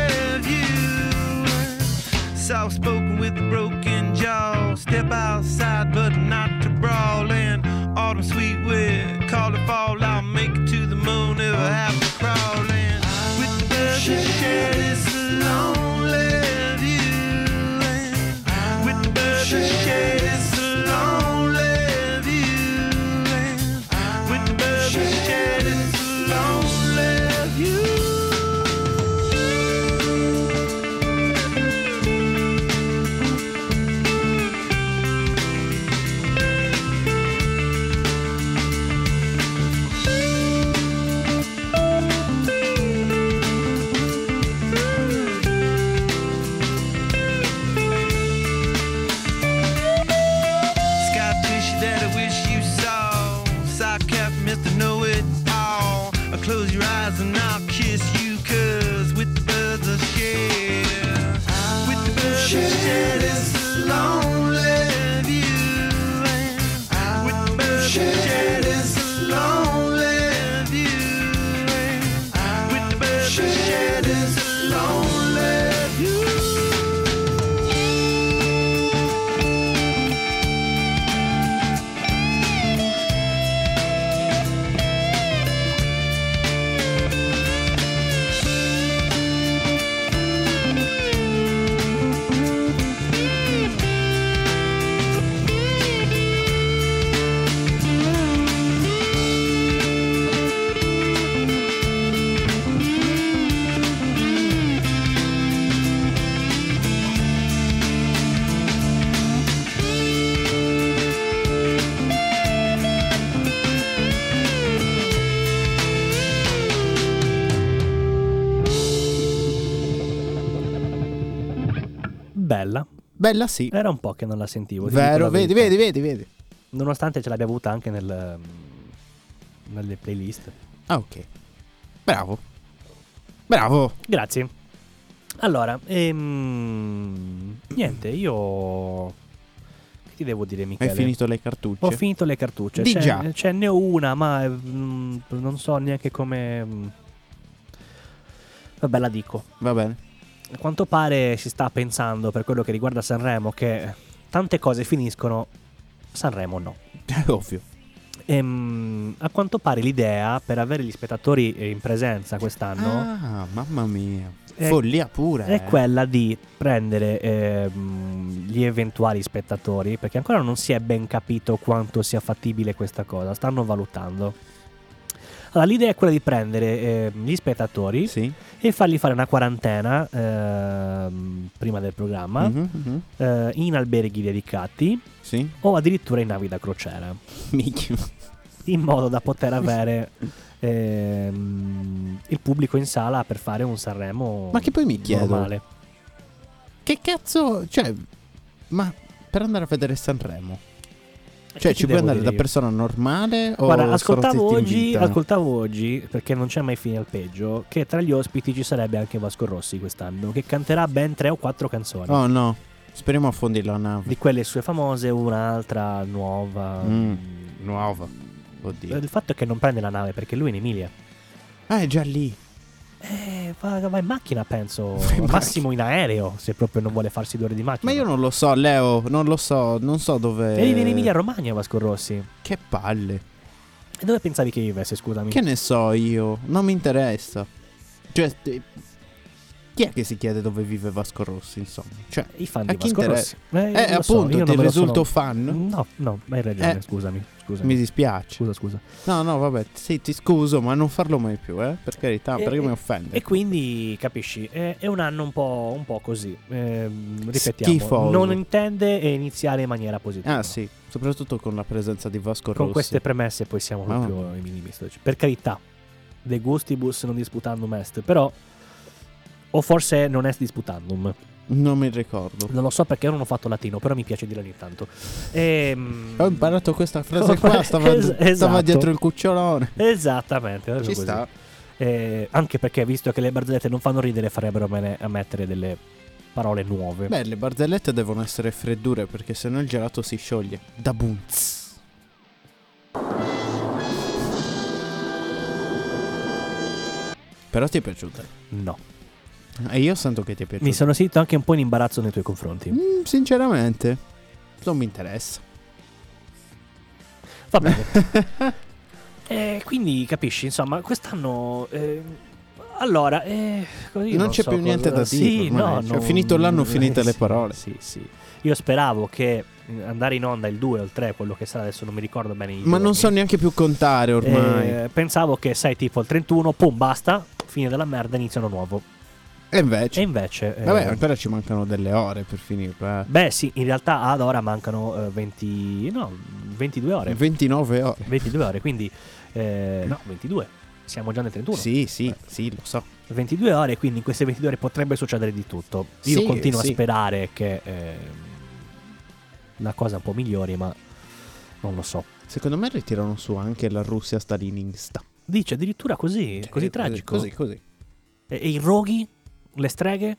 Speaker 6: view. Soft spoken with a broken jaw. Step outside, but not to brawl. And autumn sweet wind, call it fall. I'll make it to the moon if I have to crawl. And with the birds that share this lonely view. And with the birds that share this lonely view. And with the birds that share this lonely view. Uh,
Speaker 3: bella.
Speaker 4: Bella sì.
Speaker 3: Era un po' che non la sentivo. ti dico
Speaker 4: Vero,
Speaker 3: la
Speaker 4: vedi,
Speaker 3: verità.
Speaker 4: vedi, vedi, vedi.
Speaker 3: Nonostante ce l'abbia avuta anche nel, mm, nelle playlist.
Speaker 4: Ah, ok. Bravo. Bravo.
Speaker 3: Grazie. Allora, ehm, niente, io... Che ti devo dire,
Speaker 4: Hai
Speaker 3: Michele?
Speaker 4: finito le cartucce.
Speaker 3: Ho finito le cartucce.
Speaker 4: Di
Speaker 3: ce,
Speaker 4: già.
Speaker 3: ce ne ho una, ma mm, non so neanche come... mm. Vabbè, la dico.
Speaker 4: Va bene.
Speaker 3: A quanto pare si sta pensando, per quello che riguarda Sanremo, che tante cose finiscono, Sanremo no.
Speaker 4: Ovvio.
Speaker 3: Ehm, a quanto pare l'idea per avere gli spettatori eh, in presenza quest'anno
Speaker 4: Ah, mamma mia.
Speaker 3: È-
Speaker 4: Follia pura.
Speaker 3: è
Speaker 4: eh.
Speaker 3: quella di prendere ehm, gli eventuali spettatori, perché ancora non si è ben capito quanto sia fattibile questa cosa, stanno valutando. Allora, l'idea è quella di prendere ehm, gli spettatori
Speaker 4: Sì.
Speaker 3: e fargli fare una quarantena ehm, prima del programma
Speaker 4: Mhm, mhm.
Speaker 3: eh, in alberghi dedicati
Speaker 4: Sì.
Speaker 3: o addirittura in navi da crociera,
Speaker 4: Minchia.
Speaker 3: in modo da poter avere ehm, il pubblico in sala per fare un Sanremo
Speaker 4: Ma che poi mi chiedo.
Speaker 3: normale.
Speaker 4: Che cazzo? Cioè, ma per andare a vedere Sanremo?
Speaker 3: Che
Speaker 4: Cioè,
Speaker 3: ti
Speaker 4: ci puoi
Speaker 3: devo
Speaker 4: andare
Speaker 3: dire
Speaker 4: da
Speaker 3: io?
Speaker 4: persona normale o
Speaker 3: Guarda,
Speaker 4: solo
Speaker 3: ascoltavo
Speaker 4: se ti
Speaker 3: oggi,
Speaker 4: invitano?
Speaker 3: ascoltavo oggi, perché non c'è mai fine al peggio, che tra gli ospiti ci sarebbe anche Vasco Rossi quest'anno, che canterà ben tre o quattro canzoni.
Speaker 4: Oh no, speriamo affondi la nave.
Speaker 3: Di quelle sue famose, un'altra nuova.
Speaker 4: Mm, nuova. Oddio.
Speaker 3: Il fatto è che non prende la nave perché lui è in Emilia.
Speaker 4: Ah, è già lì.
Speaker 3: Eh, va, va in macchina, penso.
Speaker 4: Va in macchina.
Speaker 3: Massimo in aereo, se proprio non vuole farsi due ore di macchina.
Speaker 4: Ma io non eh, lo so, Leo, non lo so, non so dove...
Speaker 3: E vive in Emilia Romagna, Vasco Rossi. E
Speaker 4: Che palle.
Speaker 3: dove pensavi che vivesse, scusami?
Speaker 4: Che ne so io, non mi interessa. Cioè, eh, chi è che si chiede dove vive Vasco Rossi, insomma? Cioè,
Speaker 3: I fan
Speaker 4: A
Speaker 3: di
Speaker 4: chi
Speaker 3: Vasco
Speaker 4: interessa?
Speaker 3: Rossi. Eh,
Speaker 4: eh,
Speaker 3: lo so,
Speaker 4: appunto,
Speaker 3: io
Speaker 4: ti
Speaker 3: non me lo sono- Mm.
Speaker 4: risulto fan?
Speaker 3: No, no, hai ragione,
Speaker 4: Eh.
Speaker 3: scusami. Scusami.
Speaker 4: Mi dispiace.
Speaker 3: Scusa, scusa.
Speaker 4: No, no, vabbè, sì, ti scuso, ma non farlo mai più, eh? Per carità,
Speaker 3: E-
Speaker 4: perché
Speaker 3: e-
Speaker 4: mi offende.
Speaker 3: E quindi capisci, è, è un anno un po', un po' così. Ehm, ripetiamo,
Speaker 4: Schifoso.
Speaker 3: non intende e iniziare in maniera positiva.
Speaker 4: Ah, sì, soprattutto con la presenza di Vasco
Speaker 3: Con
Speaker 4: Rossi.
Speaker 3: queste premesse poi siamo
Speaker 4: Mamma
Speaker 3: proprio i minimistoci. Per carità, de gustibus non disputandum est, però o forse non est disputandum.
Speaker 4: Non mi ricordo.
Speaker 3: Non lo so perché non ho fatto latino, però mi piace dire ogni tanto. Ehm,
Speaker 4: Ho imparato questa frase qua, stava,
Speaker 3: Es-
Speaker 4: stava
Speaker 3: esatto.
Speaker 4: dietro il cucciolone.
Speaker 3: Esattamente, proprio
Speaker 4: Ci
Speaker 3: così.
Speaker 4: sta.
Speaker 3: Eh, anche perché visto che le barzellette non fanno ridere, farebbero bene a mettere delle parole nuove.
Speaker 4: Beh, le barzellette devono essere freddure perché sennò il gelato si scioglie. Da bunz. Però ti è piaciuta.
Speaker 3: No.
Speaker 4: E io sento che ti è piaciuta.
Speaker 3: Mi sono sentito anche un po' in imbarazzo nei tuoi confronti.
Speaker 4: Mm, sinceramente, non mi interessa.
Speaker 3: Va bene. Eh, quindi capisci, insomma, quest'anno... ehm, allora, eh, così
Speaker 4: Non c'è
Speaker 3: so
Speaker 4: più niente
Speaker 3: cosa-
Speaker 4: da dire
Speaker 3: Sì,
Speaker 4: ormai,
Speaker 3: no,
Speaker 4: cioè,
Speaker 3: non-
Speaker 4: finito l'anno,
Speaker 3: eh,
Speaker 4: finite le
Speaker 3: sì,
Speaker 4: parole.
Speaker 3: Sì, sì. Io speravo che andare in onda il 2 o il 3, quello che sarà adesso non mi ricordo bene. i
Speaker 4: Ma non
Speaker 3: giorni.
Speaker 4: so neanche più contare ormai.
Speaker 3: Eh, pensavo che, sai, tipo il 31, pum, basta, fine della merda, iniziano nuovo.
Speaker 4: E invece.
Speaker 3: E invece... eh,
Speaker 4: Vabbè, ancora ci mancano delle ore per finirlo. eh.
Speaker 3: Beh, sì, in realtà ad ora mancano eh, 20, no, 22 ore.
Speaker 4: 29 ore.
Speaker 3: 22 ore, quindi... eh, no, 22. Siamo già nel 31.
Speaker 4: Sì, sì, sì, lo so.
Speaker 3: 22 ore, quindi in queste 22 ore potrebbe succedere di tutto. Io
Speaker 4: Sì,
Speaker 3: continuo
Speaker 4: sì.
Speaker 3: a sperare che ehm, la cosa un po' migliori, ma non lo so.
Speaker 4: Secondo me ritirano su anche la Russia stalinista.
Speaker 3: Dice addirittura così,
Speaker 4: Cioè,
Speaker 3: così tragico.
Speaker 4: Così, così.
Speaker 3: E, e i roghi? Le streghe?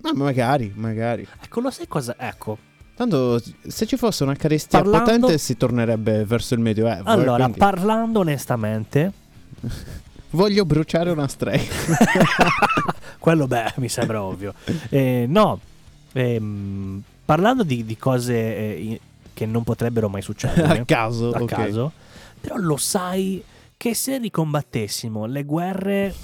Speaker 4: Ma magari, magari.
Speaker 3: Ecco, lo sai cosa? Ecco,
Speaker 4: Tanto se ci fosse una carestia
Speaker 3: Parlando-
Speaker 4: potente si tornerebbe verso il medioevo. eh,
Speaker 3: allora,
Speaker 4: quindi-
Speaker 3: parlando onestamente,
Speaker 4: voglio bruciare una strega.
Speaker 3: quello beh, mi sembra ovvio. Eh, no, ehm, parlando di, di cose eh, i- che non potrebbero mai
Speaker 4: a
Speaker 3: succedere,
Speaker 4: caso,
Speaker 3: Eh, a
Speaker 4: ok.
Speaker 3: caso. Però lo sai che se ricombattessimo le guerre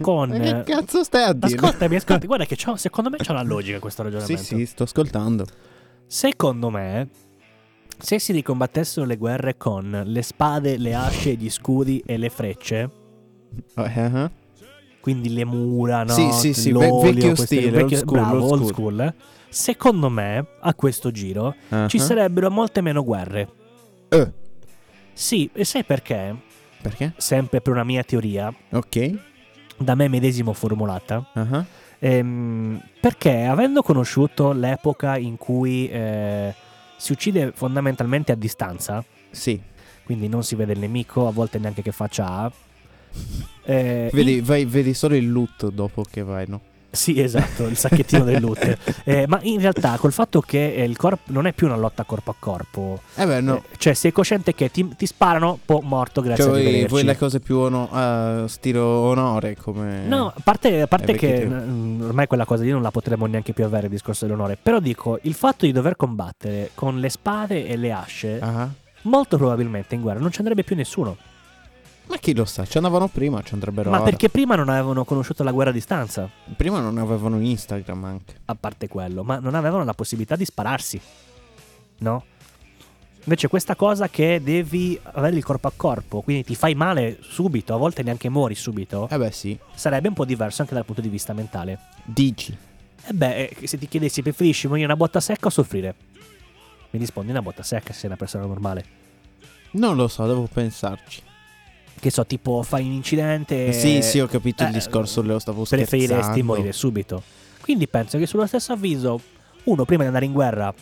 Speaker 3: con... eh,
Speaker 4: Ma che cazzo stai a dire?
Speaker 3: Ascoltami, ascoltami, guarda che c'ho- secondo me c'è una logica questo
Speaker 4: Sì,
Speaker 3: ragionamento.
Speaker 4: sì, sto ascoltando.
Speaker 3: Secondo me, se si ricombattessero le guerre con le spade, le asce, gli scudi e le frecce,
Speaker 4: Eh, eh.
Speaker 3: quindi le mura, no?
Speaker 4: Sì, sì, sì, ve-
Speaker 3: L'olio,
Speaker 4: vecchio
Speaker 3: queste-
Speaker 4: stile,
Speaker 3: vecchio-
Speaker 4: old school,
Speaker 3: bravo,
Speaker 4: old
Speaker 3: old
Speaker 4: school.
Speaker 3: school. Secondo me, a questo giro,
Speaker 4: Eh,
Speaker 3: ci
Speaker 4: eh.
Speaker 3: sarebbero molte meno guerre.
Speaker 4: Eh,
Speaker 3: Sì, e sai perché?
Speaker 4: perché?
Speaker 3: Sempre per una mia teoria,
Speaker 4: Ok.
Speaker 3: da me medesimo formulata,
Speaker 4: Ah, ah.
Speaker 3: Ehm, perché avendo conosciuto l'epoca in cui eh, si uccide fondamentalmente a distanza,
Speaker 4: Sì.
Speaker 3: quindi non si vede il nemico, a volte neanche che faccia ha. eh,
Speaker 4: Vedi, vai- vedi solo il loot dopo che vai, no?
Speaker 3: Sì, esatto, il sacchettino del loot. Eh, ma in realtà col fatto che eh, il corpo non è più una lotta corpo a corpo,
Speaker 4: Eh beh, no.
Speaker 3: eh, cioè sei cosciente che ti, ti sparano, po' morto, grazie
Speaker 4: Cioè,
Speaker 3: a
Speaker 4: voi, voi le cose più ono- a stilo onore come...
Speaker 3: No, a parte, a parte
Speaker 4: Mm. Eh,
Speaker 3: che
Speaker 4: perché te-
Speaker 3: mm, ormai quella cosa lì non la potremmo neanche più avere, il discorso dell'onore, però dico, il fatto di dover combattere con le spade e le asce,
Speaker 4: Ah.
Speaker 3: molto probabilmente in guerra non ci andrebbe più nessuno.
Speaker 4: Ma chi lo sa, ci andavano prima, ci andrebbero
Speaker 3: ma
Speaker 4: ora.
Speaker 3: perché prima non avevano conosciuto la guerra a distanza,
Speaker 4: Prima non avevano Instagram anche.
Speaker 3: a parte quello, ma non avevano la possibilità di spararsi, no? Invece questa cosa che devi avere il corpo a corpo, quindi ti fai male subito, a volte neanche muori subito,
Speaker 4: Eh beh sì,
Speaker 3: sarebbe un po' diverso anche dal punto di vista mentale.
Speaker 4: dici.
Speaker 3: E beh, eh, se ti chiedessi preferisci morire una botta secca o soffrire? Mi rispondi una botta secca se sei una persona normale.
Speaker 4: Non lo so, devo pensarci.
Speaker 3: Che so, tipo fai un incidente.
Speaker 4: Eh sì, sì, ho capito
Speaker 3: eh,
Speaker 4: il discorso, lo stavo scherzando.
Speaker 3: Preferiresti morire subito. Quindi penso che sullo stesso avviso, uno prima di andare in guerra,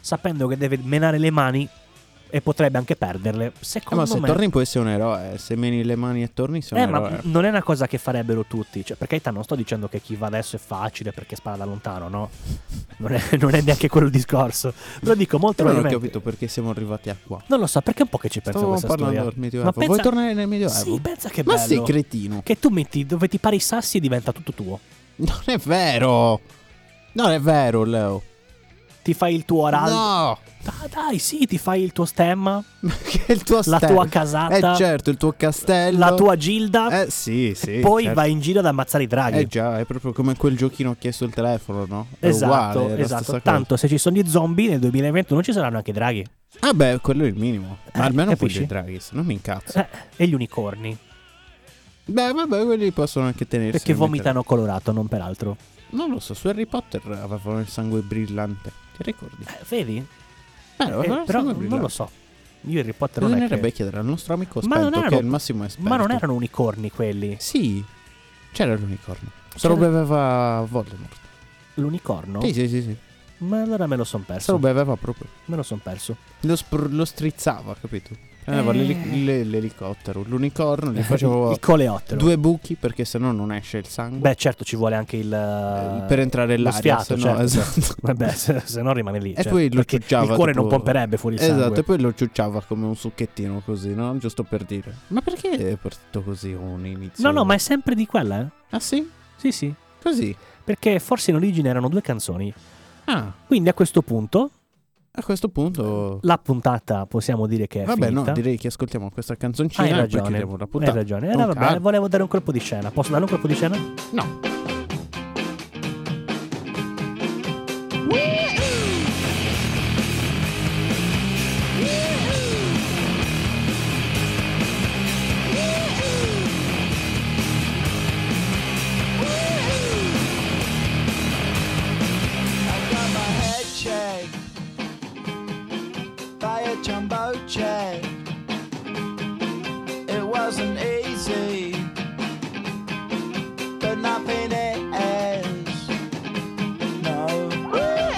Speaker 3: sapendo che deve menare le mani e potrebbe anche perderle,
Speaker 4: Eh,
Speaker 3: secondo
Speaker 4: ma se
Speaker 3: me...
Speaker 4: torni puoi essere un eroe, eh, se meni le mani e torni sei un
Speaker 3: Eh, ma
Speaker 4: eroe.
Speaker 3: non è una cosa che farebbero tutti. Cioè, per carità, non sto dicendo che chi va adesso è facile perché spara da lontano, no? Non è, non è neanche quello il discorso. Lo dico molto
Speaker 4: Però non Eh, ho
Speaker 3: probabilmente-
Speaker 4: capito perché siamo arrivati a qua.
Speaker 3: Non lo so, perché è un po' che ci penso a
Speaker 4: Stavamo
Speaker 3: questa
Speaker 4: parlando
Speaker 3: storia.
Speaker 4: del Medioevo.
Speaker 3: pensa-
Speaker 4: Vuoi tornare nel Medioevo?
Speaker 3: Sì, pensa che
Speaker 4: Ma
Speaker 3: bello.
Speaker 4: sei cretino.
Speaker 3: Che tu metti dove ti pari i sassi e diventa tutto tuo.
Speaker 4: Non è vero. Non è vero, Leo.
Speaker 3: Ti fai il tuo oraldo.
Speaker 4: No.
Speaker 3: Dai, dai, sì, ti fai il tuo stemma,
Speaker 4: Ma che è il tuo
Speaker 3: la
Speaker 4: stem-
Speaker 3: tua casata,
Speaker 4: Eh certo, il tuo castello.
Speaker 3: la tua gilda.
Speaker 4: Eh sì, sì.
Speaker 3: poi
Speaker 4: certo.
Speaker 3: vai in giro ad ammazzare i draghi.
Speaker 4: Eh già, è proprio come quel giochino che è sul telefono, no? È
Speaker 3: esatto,
Speaker 4: uguale, è la stessa
Speaker 3: esatto.
Speaker 4: cosa.
Speaker 3: Tanto se ci sono i zombie nel 2021 ci saranno anche i draghi.
Speaker 4: Ah beh, quello è il minimo. Ma
Speaker 3: Eh,
Speaker 4: almeno
Speaker 3: capisci?
Speaker 4: quelli draghi, se no mi incazzo.
Speaker 3: Eh, e gli unicorni.
Speaker 4: Beh, vabbè, quelli possono anche tenersi.
Speaker 3: Perché
Speaker 4: non mi
Speaker 3: vomitano colorato, non peraltro.
Speaker 4: interessa. Non lo so, su Harry Potter avevano il sangue brillante. Ti ricordi?
Speaker 3: Eh, vedi?
Speaker 4: Eh, avevano
Speaker 3: Eh,
Speaker 4: il
Speaker 3: però
Speaker 4: sangue
Speaker 3: non lo
Speaker 4: brillante.
Speaker 3: so. Io Harry Potter non è
Speaker 4: Bisognerebbe
Speaker 3: che...
Speaker 4: chiedere al nostro amico
Speaker 3: Ma non
Speaker 4: Spento, che
Speaker 3: erano-
Speaker 4: è il massimo esperto.
Speaker 3: Ma non erano unicorni quelli.
Speaker 4: Sì, c'era l'unicorno. Se lo
Speaker 3: C'era-
Speaker 4: beveva Voldemort.
Speaker 3: L'unicorno?
Speaker 4: Sì, sì, sì, sì.
Speaker 3: Ma allora me lo son
Speaker 4: Se
Speaker 3: perso.
Speaker 4: lo beveva proprio.
Speaker 3: me lo son perso.
Speaker 4: Lo, spr- lo strizzava, capito? Prendeva
Speaker 3: Eh.
Speaker 4: l'eli- le- l'elicottero, l'unicorno, gli faceva
Speaker 3: il coleottero.
Speaker 4: due buchi perché sennò non esce il sangue.
Speaker 3: Beh, certo, ci vuole anche il.
Speaker 4: Eh, per entrare
Speaker 3: lo
Speaker 4: l'aria,
Speaker 3: sfiato,
Speaker 4: se no,
Speaker 3: certo,
Speaker 4: esatto.
Speaker 3: Vabbè, se, se no rimane lì.
Speaker 4: E
Speaker 3: cioè,
Speaker 4: poi lo
Speaker 3: perché
Speaker 4: ciucciava.
Speaker 3: Il cuore
Speaker 4: tipo-
Speaker 3: non pomperebbe fuori il sangue.
Speaker 4: Esatto, e poi lo ciucciava come un succhettino così, no? Giusto per dire. Ma perché è partito così un inizio?
Speaker 3: Eh. No, no, ma è sempre di quella, eh?
Speaker 4: Ah sì?
Speaker 3: Sì, sì.
Speaker 4: Così?
Speaker 3: Perché forse in origine erano due canzoni.
Speaker 4: Ah,
Speaker 3: Quindi a questo punto
Speaker 4: a questo punto...
Speaker 3: la puntata possiamo dire che è
Speaker 4: Vabbè,
Speaker 3: finita.
Speaker 4: no, direi che ascoltiamo questa canzoncina
Speaker 3: Hai
Speaker 4: e poi
Speaker 3: ragione.
Speaker 4: chiudiamo la
Speaker 3: Hai
Speaker 4: puntata.
Speaker 3: ragione. Eh,
Speaker 4: Non
Speaker 3: vabbè,
Speaker 4: cal-
Speaker 3: volevo dare un colpo di scena. Posso dare un colpo di scena?
Speaker 4: No.
Speaker 7: got my head shaved by a jumbo jet. It wasn't easy, but nothing is. No. When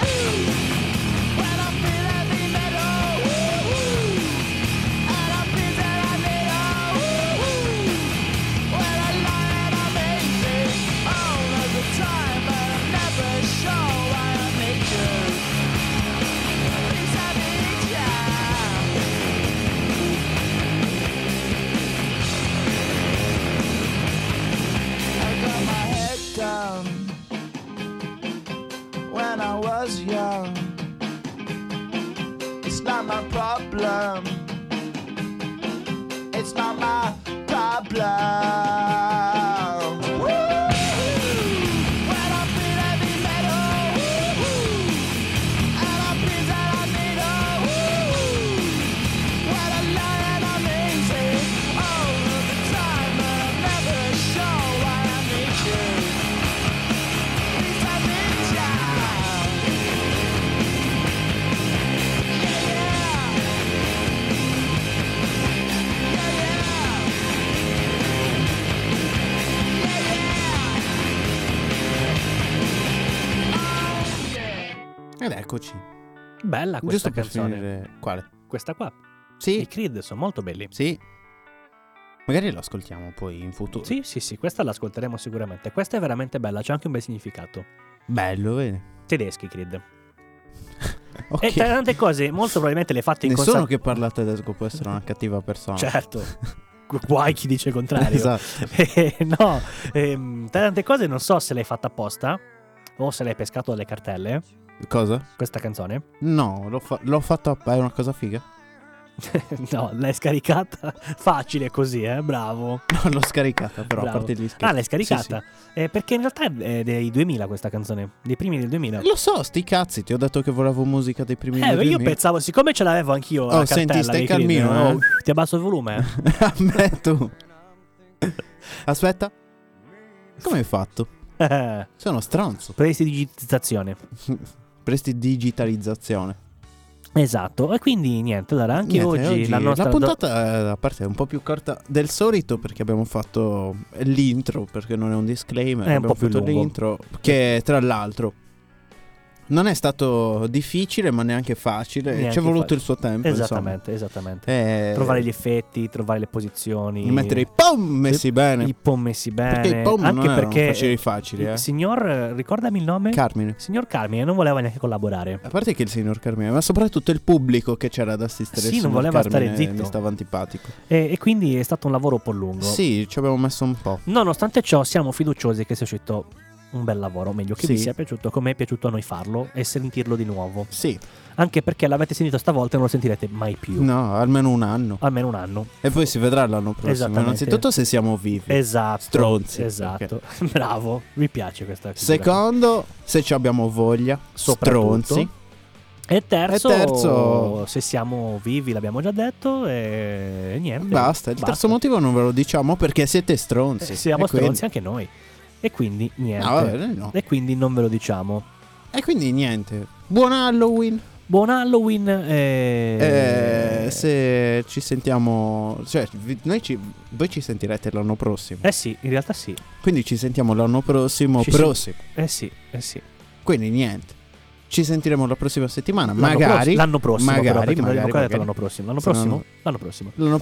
Speaker 7: I feel heavy metal, and I feel that I need a, when I lie and I'm easy all of the time, but I'm never sure why I need you. Please, I need ya. I got my head down when I was young. It's not my problem. It's not my problem. Woo! When I feel heavy metal, and I feel that I need a woo. When I lie and I'm easy all of the time, but I'm never sure why I need you. Please, I need you.
Speaker 4: Ed eccoci.
Speaker 3: Bella questa
Speaker 4: Giusto per
Speaker 3: canzone.
Speaker 4: finire. Quale?
Speaker 3: Questa qua. I
Speaker 4: Sì,
Speaker 3: Creed sono molto belli.
Speaker 4: sì. Magari lo ascoltiamo poi in futuro.
Speaker 3: Sì, sì, sì, questa l'ascolteremo sicuramente. Questa è veramente bella, c'è anche un bel significato.
Speaker 4: Bello, vedi?
Speaker 3: Eh, Tedeschi, Creed.
Speaker 4: Ok.
Speaker 3: E tra le tante cose, molto probabilmente le fatte in
Speaker 4: Nessuno
Speaker 3: consape-
Speaker 4: che parla tedesco può essere una cattiva persona.
Speaker 3: Certo. Gu- Guai chi dice il contrario.
Speaker 4: Esatto.
Speaker 3: Eh, no, ehm, tra le tante cose non so se l'hai fatta apposta o se l'hai pescato dalle cartelle,
Speaker 4: Cosa?
Speaker 3: questa canzone.
Speaker 4: No, l'ho, fa- l'ho fatto app- È una cosa figa?
Speaker 3: no, l'hai scaricata facile così, eh, bravo.
Speaker 4: No, l'ho scaricata, però a
Speaker 3: Bravo.
Speaker 4: parte gli scherzi.
Speaker 3: Ah, l'hai
Speaker 4: Sì,
Speaker 3: scaricata. Eh, perché in realtà è dei 2000 questa canzone, dei primi del 2000.
Speaker 4: sì. Lo so, sti cazzi, ti ho detto che volevo musica dei primi
Speaker 3: Eh,
Speaker 4: anni
Speaker 3: beh, io
Speaker 4: 2000.
Speaker 3: pensavo, siccome ce l'avevo anch'io la
Speaker 4: Oh, senti,
Speaker 3: cartella
Speaker 4: stai
Speaker 3: dei Creed,
Speaker 4: calmino,
Speaker 3: no?
Speaker 4: eh.
Speaker 3: Uff, ti abbasso il volume.
Speaker 4: A me tu. Aspetta. Come hai fatto?
Speaker 3: Eh,
Speaker 4: Sono stronzo.
Speaker 3: Prestidigitazione.
Speaker 4: Presti digitalizzazione.
Speaker 3: Esatto, e quindi niente, allora anche
Speaker 4: Niente,
Speaker 3: oggi, la nostra do-
Speaker 4: puntata, eh, a parte, è un po' più corta del solito perché abbiamo fatto eh, l'intro, perché non è un disclaimer.
Speaker 3: È un
Speaker 4: abbiamo
Speaker 3: po' più
Speaker 4: fatto
Speaker 3: lungo.
Speaker 4: l'intro, che tra l'altro non è stato difficile, ma neanche facile.
Speaker 3: Neanche
Speaker 4: Ci è voluto
Speaker 3: facile.
Speaker 4: il suo tempo.
Speaker 3: Esattamente, esattamente.
Speaker 4: Insomma. Eh,
Speaker 3: Trovare gli effetti, trovare le posizioni.
Speaker 4: Mettere i pom messi bene.
Speaker 3: I pom messi bene.
Speaker 4: Perché i pom
Speaker 3: anche
Speaker 4: non erano
Speaker 3: perché
Speaker 4: facili
Speaker 3: eh,
Speaker 4: facili,
Speaker 3: il
Speaker 4: eh.
Speaker 3: signor, eh, ricordami il nome?
Speaker 4: Carmine.
Speaker 3: signor Carmine non voleva neanche collaborare.
Speaker 4: A parte che il signor Carmine, ma soprattutto il pubblico che c'era ad assistere.
Speaker 3: Sì,
Speaker 4: il
Speaker 3: non
Speaker 4: signor
Speaker 3: voleva
Speaker 4: Carmine
Speaker 3: stare zitto. Boh.
Speaker 4: Mi stava antipatico.
Speaker 3: E, e quindi è stato un lavoro un po' lungo.
Speaker 4: Sì, ci abbiamo messo un po'.
Speaker 3: Nonostante ciò, siamo fiduciosi che sia uscito un bel lavoro. Meglio che
Speaker 4: Sì.
Speaker 3: vi sia piaciuto come è piaciuto a noi farlo e sentirlo di nuovo.
Speaker 4: Sì,
Speaker 3: Anche perché l'avete sentito stavolta e non lo sentirete mai più.
Speaker 4: no, almeno un anno.
Speaker 3: Almeno un anno.
Speaker 4: E poi si vedrà l'anno prossimo.
Speaker 3: Esattamente.
Speaker 4: Innanzitutto se siamo vivi.
Speaker 3: Esatto.
Speaker 4: Stronzi,
Speaker 3: Esatto. Bravo. Mi piace questa cosa.
Speaker 4: Secondo, se ci abbiamo voglia.
Speaker 3: Soprattutto.
Speaker 4: Stronzi.
Speaker 3: E terzo,
Speaker 4: E terzo-
Speaker 3: se siamo vivi, l'abbiamo già detto, e niente.
Speaker 4: Basta. Il terzo motivo non ve lo diciamo perché siete stronzi.
Speaker 3: Eh, siamo
Speaker 4: E quindi-
Speaker 3: stronzi anche noi. E quindi niente.
Speaker 4: No, vabbè, no.
Speaker 3: E quindi non ve lo diciamo.
Speaker 4: E quindi niente. Buon Halloween.
Speaker 3: Buon Halloween. E...
Speaker 4: Eh, se ci sentiamo. Cioè, vi- noi ci- voi ci sentirete l'anno prossimo.
Speaker 3: Eh sì, in realtà sì.
Speaker 4: Quindi ci sentiamo l'anno prossimo.
Speaker 3: Ci
Speaker 4: prossimo.
Speaker 3: Eh sì, eh sì.
Speaker 4: Quindi niente. Ci sentiremo la prossima settimana.
Speaker 3: L'anno
Speaker 4: magari.
Speaker 3: prossimo- l'anno prossimo,
Speaker 4: magari,
Speaker 3: però, perché non
Speaker 4: magari,
Speaker 3: abbiamo ancora detto
Speaker 4: magari.
Speaker 3: l'anno prossimo. L'anno
Speaker 4: Se no,
Speaker 3: prossimo.
Speaker 4: no.
Speaker 3: L'anno prossimo.
Speaker 4: L'anno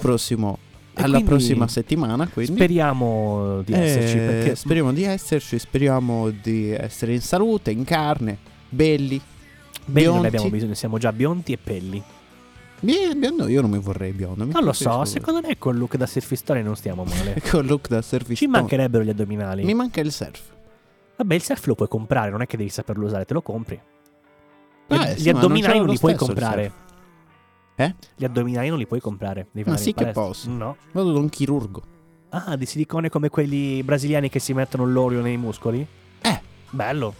Speaker 4: prossimo.
Speaker 3: E
Speaker 4: alla
Speaker 3: quindi-
Speaker 4: prossima settimana. Quindi.
Speaker 3: Speriamo di esserci.
Speaker 4: Eh,
Speaker 3: perché
Speaker 4: Speriamo di esserci. Speriamo di essere in salute, in carne, belli.
Speaker 3: belli non
Speaker 4: biondi.
Speaker 3: ne abbiamo bisogno, siamo già biondi e pelli.
Speaker 4: Bie- Biondo, io non mi vorrei biondo. mi
Speaker 3: Non lo
Speaker 4: preferisco
Speaker 3: so,
Speaker 4: così.
Speaker 3: secondo me col look da surfistore non stiamo male.
Speaker 4: Con look da servizio.
Speaker 3: Ci mancherebbero gli addominali.
Speaker 4: Mi manca il surf.
Speaker 3: Vabbè, il surf lo puoi comprare, non è che devi saperlo usare, te lo compri. Gli,
Speaker 4: Eh,
Speaker 3: gli
Speaker 4: sì, ma non
Speaker 3: addominali
Speaker 4: c'era
Speaker 3: non,
Speaker 4: lo
Speaker 3: li puoi
Speaker 4: stesso il
Speaker 3: comprare.
Speaker 4: Eh?
Speaker 3: Gli addominali non li puoi comprare. Devi
Speaker 4: Ma
Speaker 3: andare
Speaker 4: sì
Speaker 3: in
Speaker 4: che
Speaker 3: palestra.
Speaker 4: posso.
Speaker 3: No.
Speaker 4: Vado da un chirurgo.
Speaker 3: Ah, di silicone come quelli brasiliani che si mettono l'olio nei muscoli?
Speaker 4: Eh.
Speaker 3: Bello.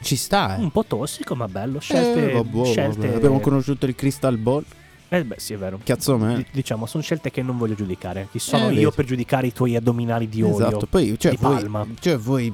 Speaker 4: Ci sta, eh.
Speaker 3: Un po' tossico, ma bello. Mm, Scelte.
Speaker 4: Eh, vabbò,
Speaker 3: scelte...
Speaker 4: vabbè. Abbiamo conosciuto il Crystal Ball.
Speaker 3: Eh, beh, sì, è vero.
Speaker 4: Cazzo, me.
Speaker 3: Di- Diciamo, sono scelte che non voglio giudicare. Chi sono
Speaker 4: Eh,
Speaker 3: io
Speaker 4: vedi.
Speaker 3: per giudicare i tuoi addominali di olio?
Speaker 4: Esatto. Poi, cioè,
Speaker 3: di
Speaker 4: voi,
Speaker 3: palma.
Speaker 4: cioè, voi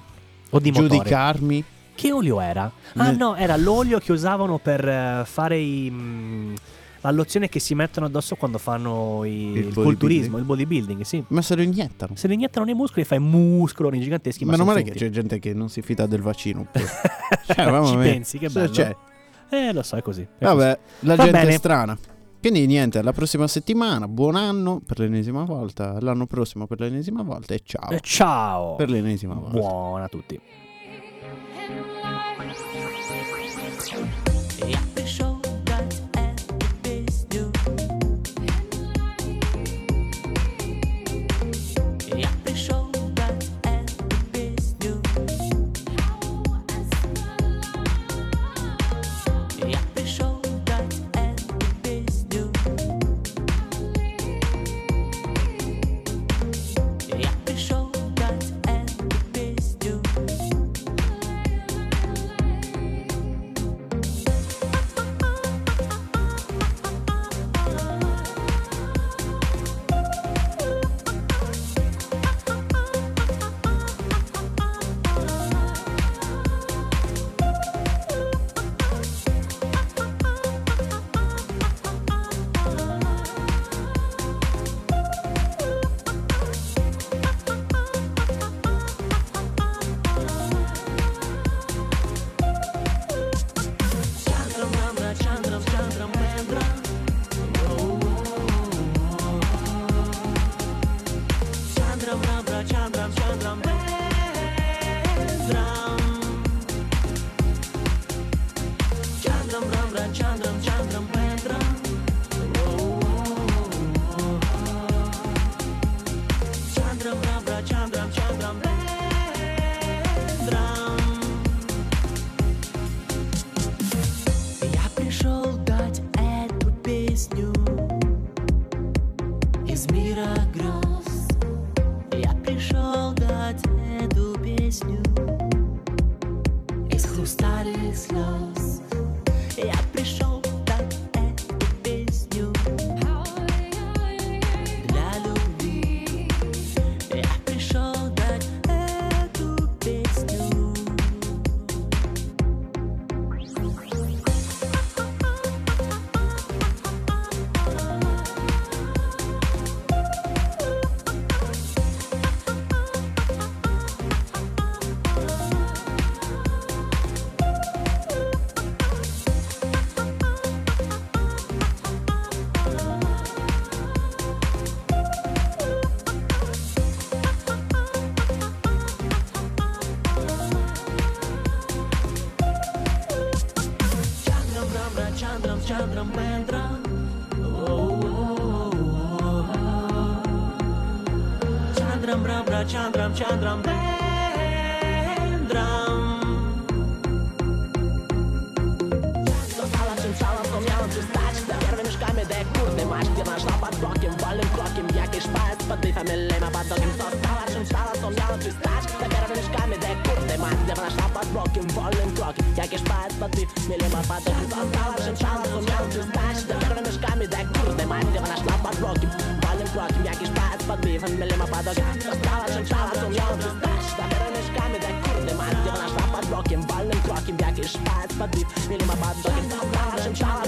Speaker 3: O di motore?
Speaker 4: giudicarmi.
Speaker 3: Che olio era? Ah
Speaker 4: Eh.
Speaker 3: no, era l'olio che usavano per eh, fare i, mm, la lozione che si mettono addosso quando fanno i-
Speaker 4: Il
Speaker 3: il,
Speaker 4: bodybuilding.
Speaker 3: culturismo, il bodybuilding, sì.
Speaker 4: Ma se lo iniettano.
Speaker 3: Se li iniettano nei muscoli fai muscoloni giganteschi. Ma
Speaker 4: Meno
Speaker 3: sono
Speaker 4: male che
Speaker 3: finti.
Speaker 4: c'è gente che non si fida del vaccino. pure. cioè, mamma
Speaker 3: Ci
Speaker 4: mia.
Speaker 3: pensi, che
Speaker 4: Cioè,
Speaker 3: bello.
Speaker 4: cioè,
Speaker 3: Eh, lo so, è così. è così.
Speaker 4: vabbè, la
Speaker 3: Va
Speaker 4: gente è
Speaker 3: bene.
Speaker 4: strana. Quindi niente, alla prossima settimana, buon anno per l'ennesima volta, l'anno prossimo per l'ennesima volta e ciao
Speaker 3: Eh, Ciao.
Speaker 4: per l'ennesima volta.
Speaker 3: Buona a tutti.
Speaker 7: Я пришел дать эту песню. Я пришел дать эту песню. Я пришел дать эту песню. Я пришел дать эту песню.
Speaker 3: Chandram, Chandram, Dendram.
Speaker 8: Zostałam czym chciałam, co miałam przystać Na pierwym mieszkamy, de kurde masz Gdzie masz pod blokiem, wolnym krokiem Jakiś pas, poddychamy lema pod nogiem Zostałam czym chciałam, co miałam przystać Na pierwym mieszkamy, de kurde masz Gdzie masz pod blokiem, wolnym krokiem Jakiś pas, poddychamy lema pod nogiem Zostałam czym chciałam, co miałam przystać Na pierwym mieszkamy, de kurde masz Gdzie masz pod blokiem, wolnym krokiem Jakiś pas, poddychamy lema pod nogiem Zostałam czym chciałam, co miałam przystać Na pierwym mieszkamy, de kurde masz Gdzie masz pod blokiem, wolnym krokiem Jakiś pas, poddychamy lema pod nogiem Zostałam czym chciałam,